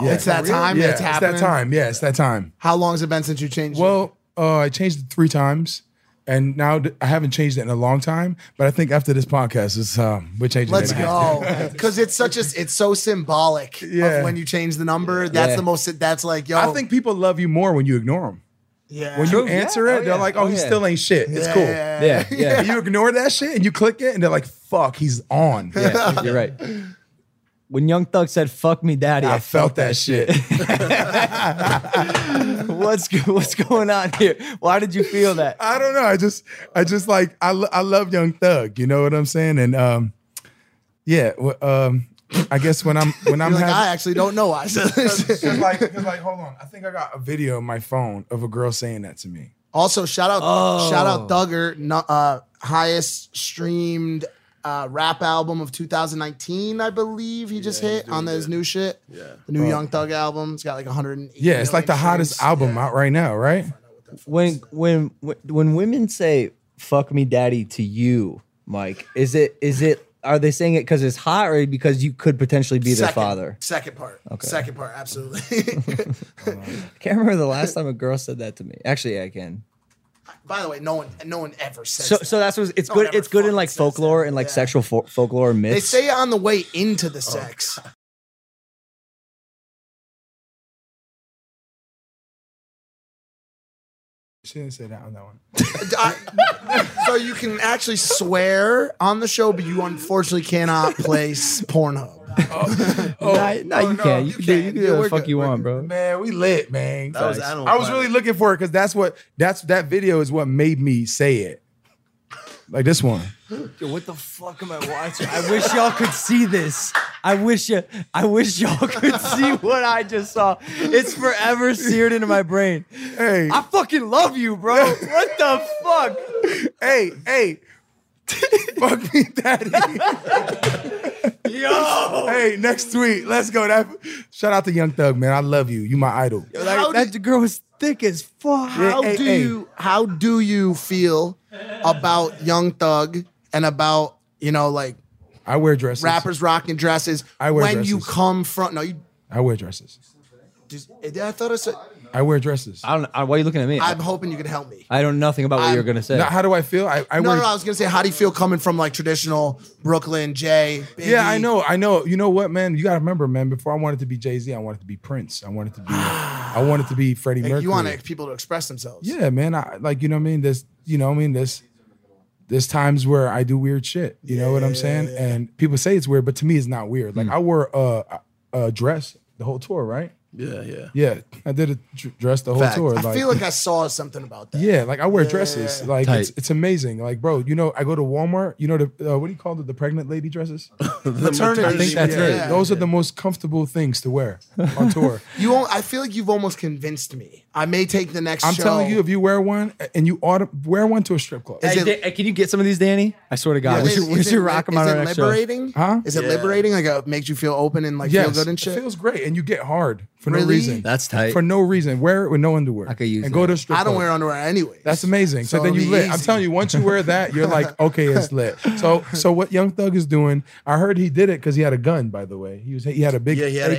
Yeah. It's Oh, that time. Yeah, that's it's happening. that time. Yeah, it's that time. How long has it been since you changed? it? Well, uh, I changed it three times, and now th- I haven't changed it in a long time. But I think after this podcast, it's um, we're changing. Let's it again. (laughs) go, because it's such a it's so symbolic. Yeah. of when you change the number, that's Yeah. the most. That's like yo. I think people love you more when you ignore them. yeah. When you answer yeah. it, Oh, they're yeah. like, "Oh, Oh, he yeah. still ain't shit. It's cool." Yeah, yeah. You ignore that shit and you click it, and they're like, "Fuck, he's on." yeah, you're right. When Young Thug said "fuck me, daddy," (laughs) I felt that shit. (laughs) what's go- what's going on here? Why did you feel that? I don't know. I just, I just like, I, lo- I love Young Thug. You know what I'm saying? And um, yeah. w- Um, I guess when I'm (laughs) when I'm You're like, having, I actually don't (laughs) know why. (laughs) I said this." She's like, she's like, hold on. I think I got a video on my phone of a girl saying that to me. also, shout out, shout Oh. out, Duggar, no- uh, highest streamed uh, rap album of 2019, I believe he just hit on his new shit. Yeah, the new Young Thug album. It's got like 108. Yeah, it's like the million hottest streams. album out right now, right? When when when women say "fuck me, daddy" to you, Mike, is it is it are they saying it because it's hot or because you could potentially be their Second- father? Second part. Second part. (laughs) Absolutely. I can't remember the last time a girl said that to me. Actually, yeah, I can. By the way, no one, no one ever says. So that. so that's what it's No good. one ever It's good in fucking like says that. folklore and like Yeah. sexual fo- folklore and myths. They say it on the way into Oh, the sex. She didn't say that on that one. I- so you can actually swear on the show, but you unfortunately cannot place Pornhub. Oh, nah, nah, you can. You, can do, you can do Yeah, whatever we're the fuck good, you we're want, good. bro. Man, we lit, man. That was animal. I was really Planet. looking for it because that's what that's that video is what made me say it. Like this one. Yo, what the fuck am I watching? I wish y'all could see this. I wish you, I wish y'all (laughs) could see what I just saw. It's forever seared into my brain. Hey, I fucking love you, bro. What the fuck? (laughs) (laughs) hey, hey. Fuck me, daddy. Yo, Hey, next tweet. Let's go. That shout out to Young Thug, man. I love you. You my idol. Like, How that girl was thick as fuck. How hey, do hey. you how do you feel about Young Thug and about you know like I wear dresses. rappers rocking dresses I wear when you dresses. come front? No, you. I wear dresses. Just, I thought I said. I wear dresses. I don't. I, why are you looking at me? I, I'm hoping you can help me. I don't know nothing about what I'm- you're gonna say. Not how do I feel? I, I No, wear. no, no, I was gonna say, how do you feel coming from like traditional Brooklyn, Jay? Biggie? yeah, I know. I know. You know what, man? You gotta remember, man. Before I wanted to be Jay Z, I wanted to be Prince. I wanted to be. I wanted to be Freddie Like, Mercury. you want people to express themselves. Yeah, man. I like you know what I mean. There's you know what I mean. There's there's times where I do weird shit. You know what I'm saying? And people say it's weird, but to me, it's not weird. Like I wore a, a dress the whole tour, right? Yeah, yeah. Yeah, I did a dr- dress the whole Fact. tour. I feel like I saw something about that. Yeah, like I wear dresses. Like Tight. it's, it's amazing. Like, bro, you know, I go to Walmart. You know the uh, what do you call it? The pregnant lady dresses. The Maternity maternity I think that's yeah. it. Yeah. Those are the most comfortable things to wear (laughs) on tour. You, al- I feel like you've almost convinced me. I may take the next. I'm show. telling you, if you wear one and you auto- wear one to a strip club, Is Hey, it- Dan- hey, can you get some of these, Danny? I swear to God, we Is should, it- we is should it rock li- them on is our it next show. liberating? Huh? Is it Yeah. liberating? Like, uh, makes you feel open and like feel yes, good and shit. it feels great, and you get hard for no Really? reason. That's tight. for no reason. Wear it with no underwear. I could use and go that. to a strip. I don't club. wear underwear anyway. That's amazing. So, So then it'll you be lit. I'm easy. telling you, once you wear that, you're (laughs) like, okay, it's lit. So so what Young Thug is doing, I heard he did it because he had a gun, by the way. He was he had a big Yeah, he had an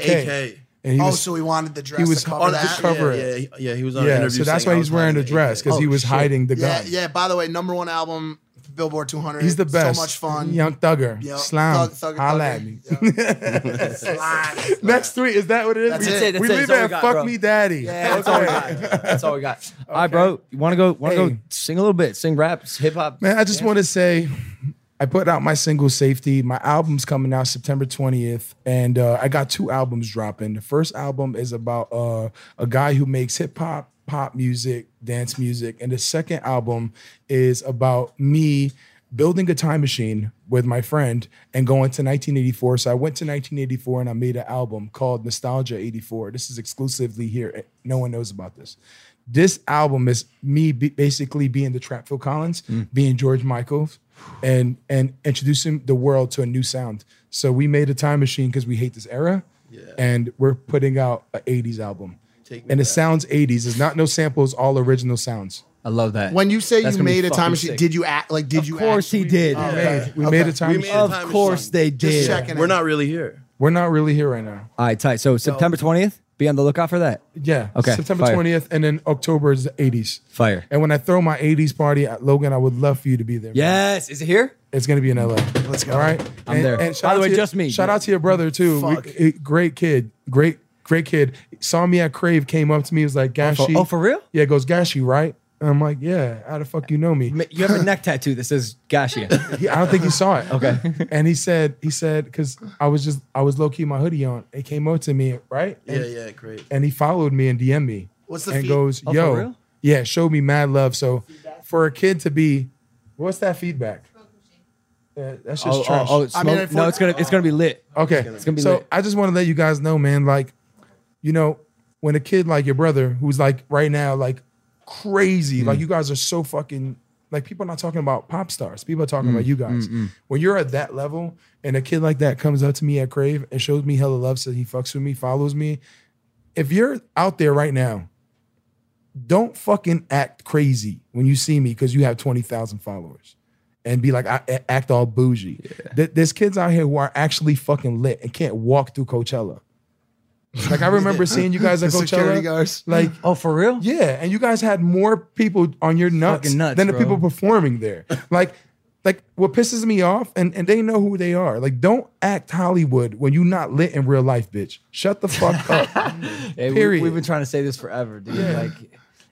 AK. And he oh, was, so he wanted the dress. he was to cover On just that, that. cover yeah, it. Yeah, yeah, he was on an yeah, interview so that's saying why I he's was wearing a hiding dress because AK. he was hiding the Yeah, gun. yeah. By the way, number one album, Billboard 200. He's the best. So much fun. Young Thugger. Yep. Slam. Thug- thugger, Holla thugger. at me. (laughs) Yep. Slime. Next tweet. Is that what it is? That's we it, that's we it, leave that's all it we at got, fuck bro. me daddy. Yeah, (laughs) that's Okay. That's all we got. All right, bro. You want to go? Want to Hey. go? Sing a little bit. Sing rap, hip hop. Man, I just want to say I put out my single Safety. My album's coming out September 20th, and uh, I got two albums dropping. The first album is about uh, a guy who makes hip hop, pop music, dance music, and the second album is about me building a time machine with my friend and going to 1984. So I went to 1984 and I made an album called Nostalgia 84. This is exclusively here. No one knows about this this album is me be- basically being the Trap Phil Collins, Mm. being George Michael, and and introducing the world to a new sound. So we made a time machine because we hate this era, and we're putting out an '80s album, Take me and it back. sounds '80s. It's not no samples, all original sounds. I love that. When you say That's you gonna be made a fucking time machine, sick. did you act like? Did of you? course he actually- Oh, did. We okay. made- we made a time. We machine. made a time Of course machine. they did. checking. We're not really here. we're not really here right now. All right, tight. So September twentieth. Be on the lookout for that. Yeah. Okay, September fire. 20th, and then October is the 80s. Fire. And when I throw my 80s party, uh, Logan, I would love for you to be there. man. Yes. Is it here? It's gonna be in LA. Let's go. All right. I'm and, there. And By shout the out way, to your- just me. Shout out to your brother too. We- Fuck. he- great kid. Great, great kid. Saw me at Crave. Came up to me. Was like, for- Gashi. oh, for real? Yeah. Goes Gashi, right? And I'm like, yeah. How the fuck you know me? Ma- You have a neck tattoo that says Gashia. He- I don't think he saw it. okay. (laughs) And he said, he said, because I was just, I was low key my hoodie on. It came up to me, right? Yeah, yeah, great. and he followed me and DM'd me. What's the and feed- goes, Oh, for yo, real? yeah, showed me mad love. So for a kid to be, what's that feedback? Uh, that's just oh, trash. oh, oh, smoke. I mean, if no, we're- it's gonna it's gonna be lit. okay, gonna be so lit. I just want to let you guys know, man. Like, you know, when a kid like your brother, who's like right now, like Mm. crazy, like you guys are so fucking. Like people are not talking about pop stars. People are Mm, talking about you guys. When you're at that level, and a kid like that comes up to me at Crave and shows me hella love, says he fucks with me, follows me, if you're out there right now, don't fucking act crazy when you see me because you have 20,000 followers and be like, I I act all bougie. Th- there's kids out here who are actually fucking lit and can't walk through Coachella. Like, I (laughs) remember seeing you guys at The security Coachella. guards. Like, Oh, for real? yeah, and you guys had more people on your nuts, Fucking nuts, than the bro. people performing (laughs) there. Like, like what pisses me off, and, and they know who they are. Like, don't act Hollywood when you not lit in real life, bitch. Shut the fuck (laughs) up. Hey, Period. We, have been trying to say this forever, dude. Like,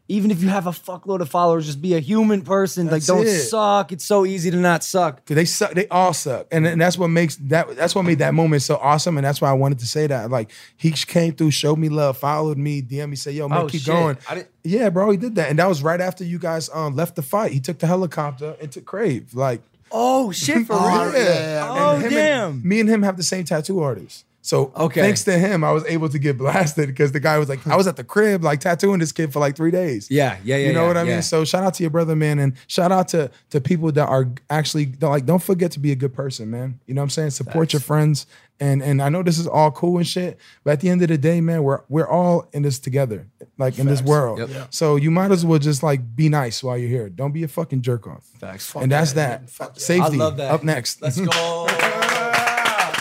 even if you have a fuckload of followers, just be a human person. That's like, don't it. suck. It's so easy to not suck. Cause they suck. They all suck, and, and that's what makes that. That's what made that moment so awesome, and that's why I wanted to say that. Like he came through, showed me love, followed me, DM me, said, "Yo, man, Oh, keep shit. going." I didn't- yeah, bro, he did that, and that was right after you guys um, left the fight. He took the helicopter and took Crave. Like, Oh shit, (laughs) for Oh, (laughs) real? yeah, yeah, yeah. Oh him damn. me and him have the same tattoo artist. So Okay. thanks to him, I was able to get blasted because the guy was like, I was at the crib, like tattooing this kid for like three days. Yeah, yeah, yeah. You know yeah, what I yeah. mean? So shout out to your brother, man, and shout out to to people that are actually don't, like don't forget to be a good person, man. You know what I'm saying? Support your friends, and and I know this is all cool and shit, but at the end of the day, man, we're we're all in this together, like in this world. Yep. So you might as well just like be nice while you're here. Don't be a fucking jerk off. Facts. and that's that. Safety. I love that. Up next. (laughs) Let's (laughs) go.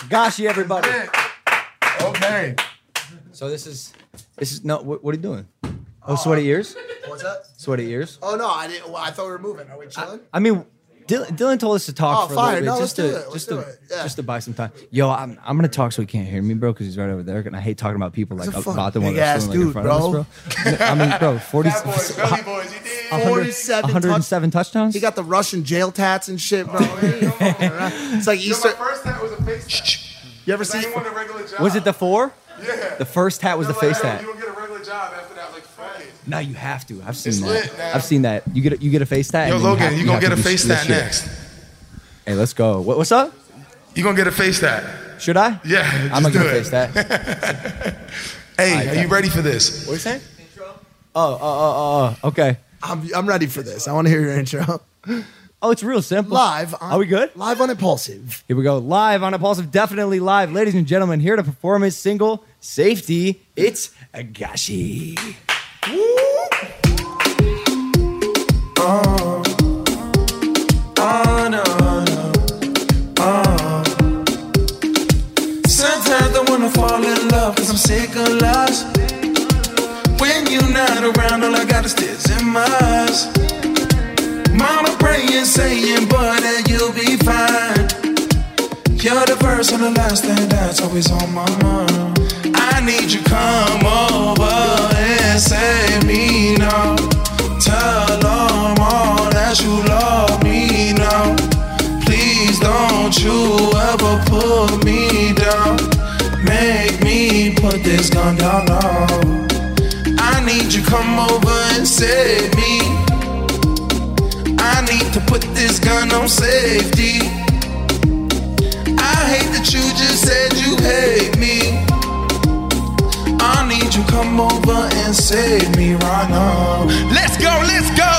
Gosh, you everybody. okay. So this is this is no. What, what are you doing? Oh, sweaty ears. What's that? Sweaty ears. Oh no, I didn't. Well, I thought we were moving. Are we chilling? I mean, Dylan, Dylan told us to talk Oh, for fine. a little bit No, just let's to do it. Let's just do to it. Yeah. just to buy some time. Yo, I'm I'm gonna talk so he can't hear me, bro, because he's right over there, and I hate talking about people like a fucking about the one big that's ass sitting, like, in dude, front of us, bro. I mean, (laughs) bro, 40, boys, you did. 47 touch- 107 touchdowns. He got the Russian jail tats and (laughs) shit, bro. it's like Easter. first night was a face tap. You ever see? a regular job. was it the four? Yeah. The first hat was the face hat. don't get a regular job after that. Like, fuck it. Now you have to. I've seen lit, that. man. I've seen that. You get a, you get a face tat. Yo, and then Logan, have- you gonna have get to a do face this tat shit. next. Hey, let's go. What, what's up? You gonna get a face tat. Should I? Yeah, (laughs) I'm gonna just get do a it. face tat. (laughs) Hey, bet. are you ready for this? What are you saying? Oh, oh, oh, oh, oh. Okay. I'm, I'm ready for this. I want to hear your (laughs) intro. Oh, it's real simple. Live. On, Are we good? Live on Impulsive. Here we go. Live on Impulsive. Definitely live. Ladies and gentlemen, here to perform his single, Safety. It's Agashi. Sometimes I wanna fall in love cause I'm sick of lies. When you're not around, all I got is tears in my eyes. Mama praying, saying, boy, that you'll be fine. You're the first and the last thing that's always on my mind. I need you come over and save me now. Tell them all that you love me now. Please don't you ever put me down. Make me put this gun down now. I need you come over and save me. I need to put this gun on safety. I hate that you just said you hate me. I need you come over and save me right now. Let's go, let's go.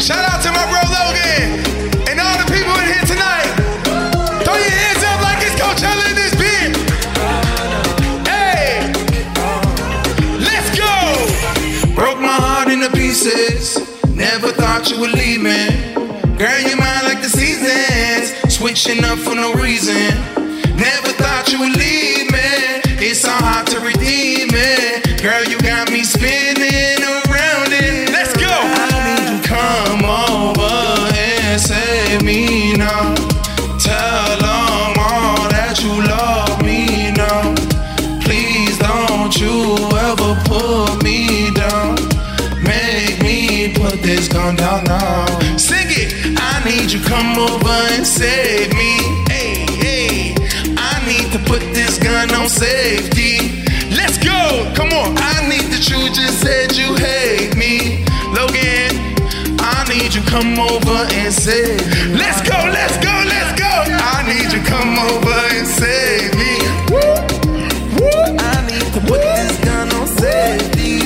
Shout out to my bro Logan and all the people in here tonight. Throw your hands up like it's Coachella in this bitch. Hey, let's go. Broke my heart into pieces. Never thought you would leave me. Girl, you mine like the seasons. Switching up for no reason. Never thought you would leave me. It's so hard to redeem it. Girl, you got me spinning around it. Let's go. I need you come over and save me now. Tell them all that you love me now. Please don't you ever put me down. Make me put this gun down now. Sing it. I need you come over and save me. Hey, hey. I need to put this gun on safety. Let's go. Come on. I need that you just said you hate me. Logan, I need you come over and save. me. Let's go. Let's go. Let's go. I need you come over and save me. I need to put this gun on safety.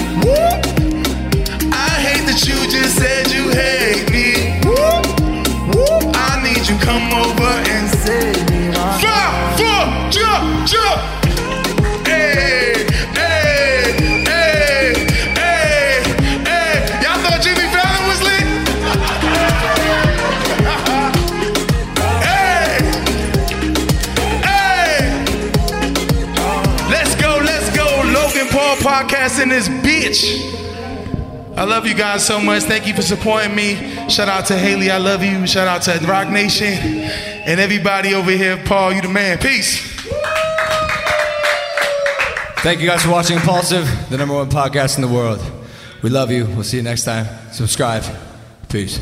I hate that you just said you hate me. I need you come over and save me. Five, four, jump, jump. Hey, hey, hey, hey, hey. Y'all thought Jimmy Fallon was lit? (laughs) hey, hey. Let's go, let's go. Logan Paul podcast in this bitch. I love you guys so much. Thank you for supporting me. Shout out to Haley. I love you. Shout out to Rock Nation and everybody over here. Paul, you the man. Peace. Thank you guys for watching Impulsive, the number one podcast in the world. We love you. We'll see you next time. Subscribe. Peace.